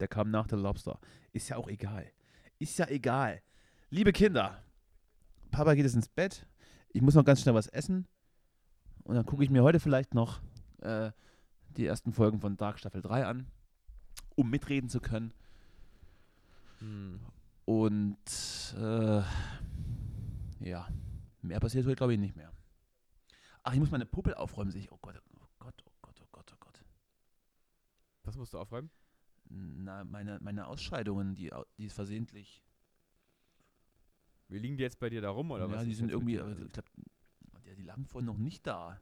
Der kam nach The Lobster. Ist ja auch egal. Ist ja egal. Liebe Kinder, Papa geht jetzt ins Bett. Ich muss noch ganz schnell was essen. Und dann gucke ich mir heute vielleicht noch äh, die ersten Folgen von Dark Staffel 3 an, um mitreden zu können. Hm. Und äh, ja, mehr passiert heute, glaube ich, nicht mehr. Ach, ich muss meine Puppe aufräumen, sehe ich. Oh Gott, oh Gott, oh Gott, oh Gott, oh Gott. Das musst du aufräumen. Na, meine, meine Ausscheidungen, die, au- die ist versehentlich. Wir liegen die jetzt bei dir Oh, da rum oder ja, was? die ist sind jetzt mit irgendwie, also dir? aber ich glaub, ja, die lagen vorhin noch nicht da.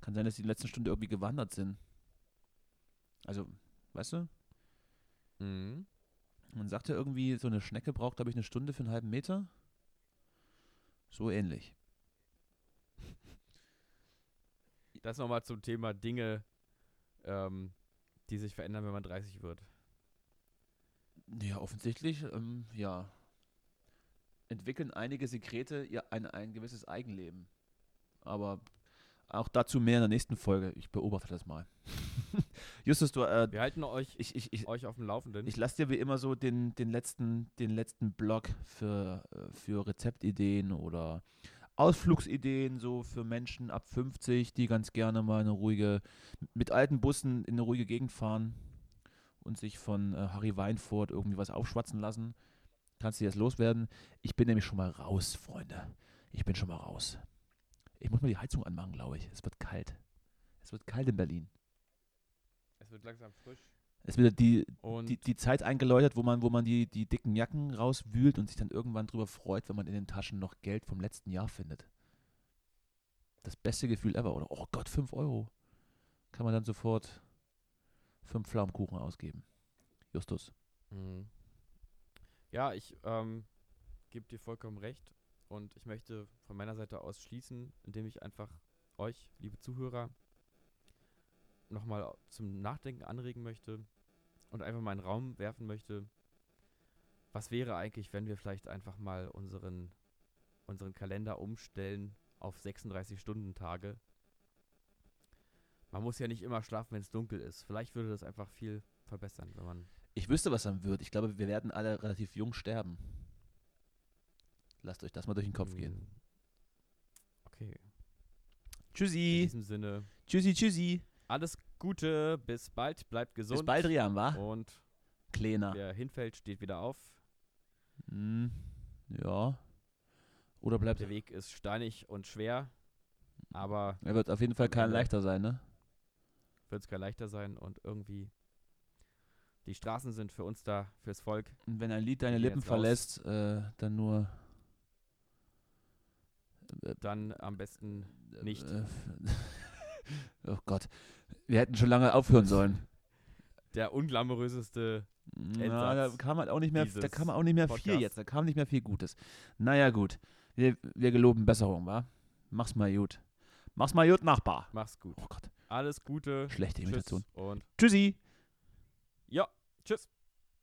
Kann sein, dass die in der letzten Stunde irgendwie gewandert sind. Also, weißt du? Mhm. Man sagt ja irgendwie, so eine Schnecke braucht, glaube ich, eine Stunde für einen halben Meter. So ähnlich. Das nochmal zum Thema Dinge, ähm, die sich verändern, wenn man 30 wird. Ja, offensichtlich, ähm, ja. Entwickeln einige Sekrete ihr ein, ein gewisses Eigenleben. Aber auch dazu mehr in der nächsten Folge. Ich beobachte das mal. Justus, du, äh, Wir halten euch, ich, ich, ich, euch auf dem Laufenden. ich lasse dir wie immer so den, den, letzten, den letzten Block für, äh, für Rezeptideen oder Ausflugsideen, so für Menschen ab 50, die ganz gerne mal eine ruhige, mit alten Bussen in eine ruhige Gegend fahren und sich von äh, Harry Weinfurt irgendwie was aufschwatzen lassen. Kannst du jetzt loswerden? Ich bin nämlich schon mal raus, Freunde. Ich bin schon mal raus. Ich muss mal die Heizung anmachen, glaube ich. Es wird kalt. Es wird kalt in Berlin. es wird langsam frisch. Es wird die, Und die, die Zeit eingeläutet, wo man, wo man die, die dicken Jacken rauswühlt und sich dann irgendwann drüber freut, wenn man in den Taschen noch Geld vom letzten Jahr findet. Das beste Gefühl ever, oder? Oh Gott, 5 Euro. Kann man dann sofort 5 Flammkuchen ausgeben. Justus. Mhm. Ja, ich ähm, gebe dir vollkommen recht und ich möchte von meiner Seite aus schließen, indem ich einfach euch, liebe Zuhörer, nochmal zum Nachdenken anregen möchte und einfach mal in den Raum werfen möchte, was wäre eigentlich, wenn wir vielleicht einfach mal unseren, unseren Kalender umstellen auf 36-Stunden-Tage. Man muss ja nicht immer schlafen, wenn es dunkel ist. Vielleicht würde das einfach viel verbessern, wenn man Ich wüsste, was dann wird. Ich glaube, wir werden alle relativ jung sterben. Lasst euch das mal durch den Kopf gehen. Mm. Okay. In Tschüssi. diesem Sinne, Tschüssi, tschüssi. alles Gute, bis bald, bleibt gesund. Bis bald, Rian, wa? Und Kleiner. wer hinfällt, steht wieder auf. Hm. Ja. Oder bleibt Der Weg ist steinig und schwer, aber Er wird auf jeden Fall Am kein Ende. leichter sein, ne? wird es gar leichter sein und irgendwie. Die Straßen sind für uns da, fürs Volk. Und wenn ein Lied deine gehen Lippen jetzt raus. verlässt, äh, dann nur äh, Dann am besten nicht. Äh, [LAUGHS] oh Gott, wir hätten schon lange [LAUGHS] aufhören sollen. der unglamouröseste. Na, da Endsatz kam halt auch nicht mehr, da dieses kam auch nicht mehr viel Podcasts. jetzt, da kam nicht mehr viel Gutes. Naja gut, wir, wir geloben Besserung, wa? Mach's mal gut. Mach's mal gut, Nachbar. Mach's gut. Oh Gott, Alles Gute. schlechte Tschüss Imitation. und Tschüssi. ja, tschüss.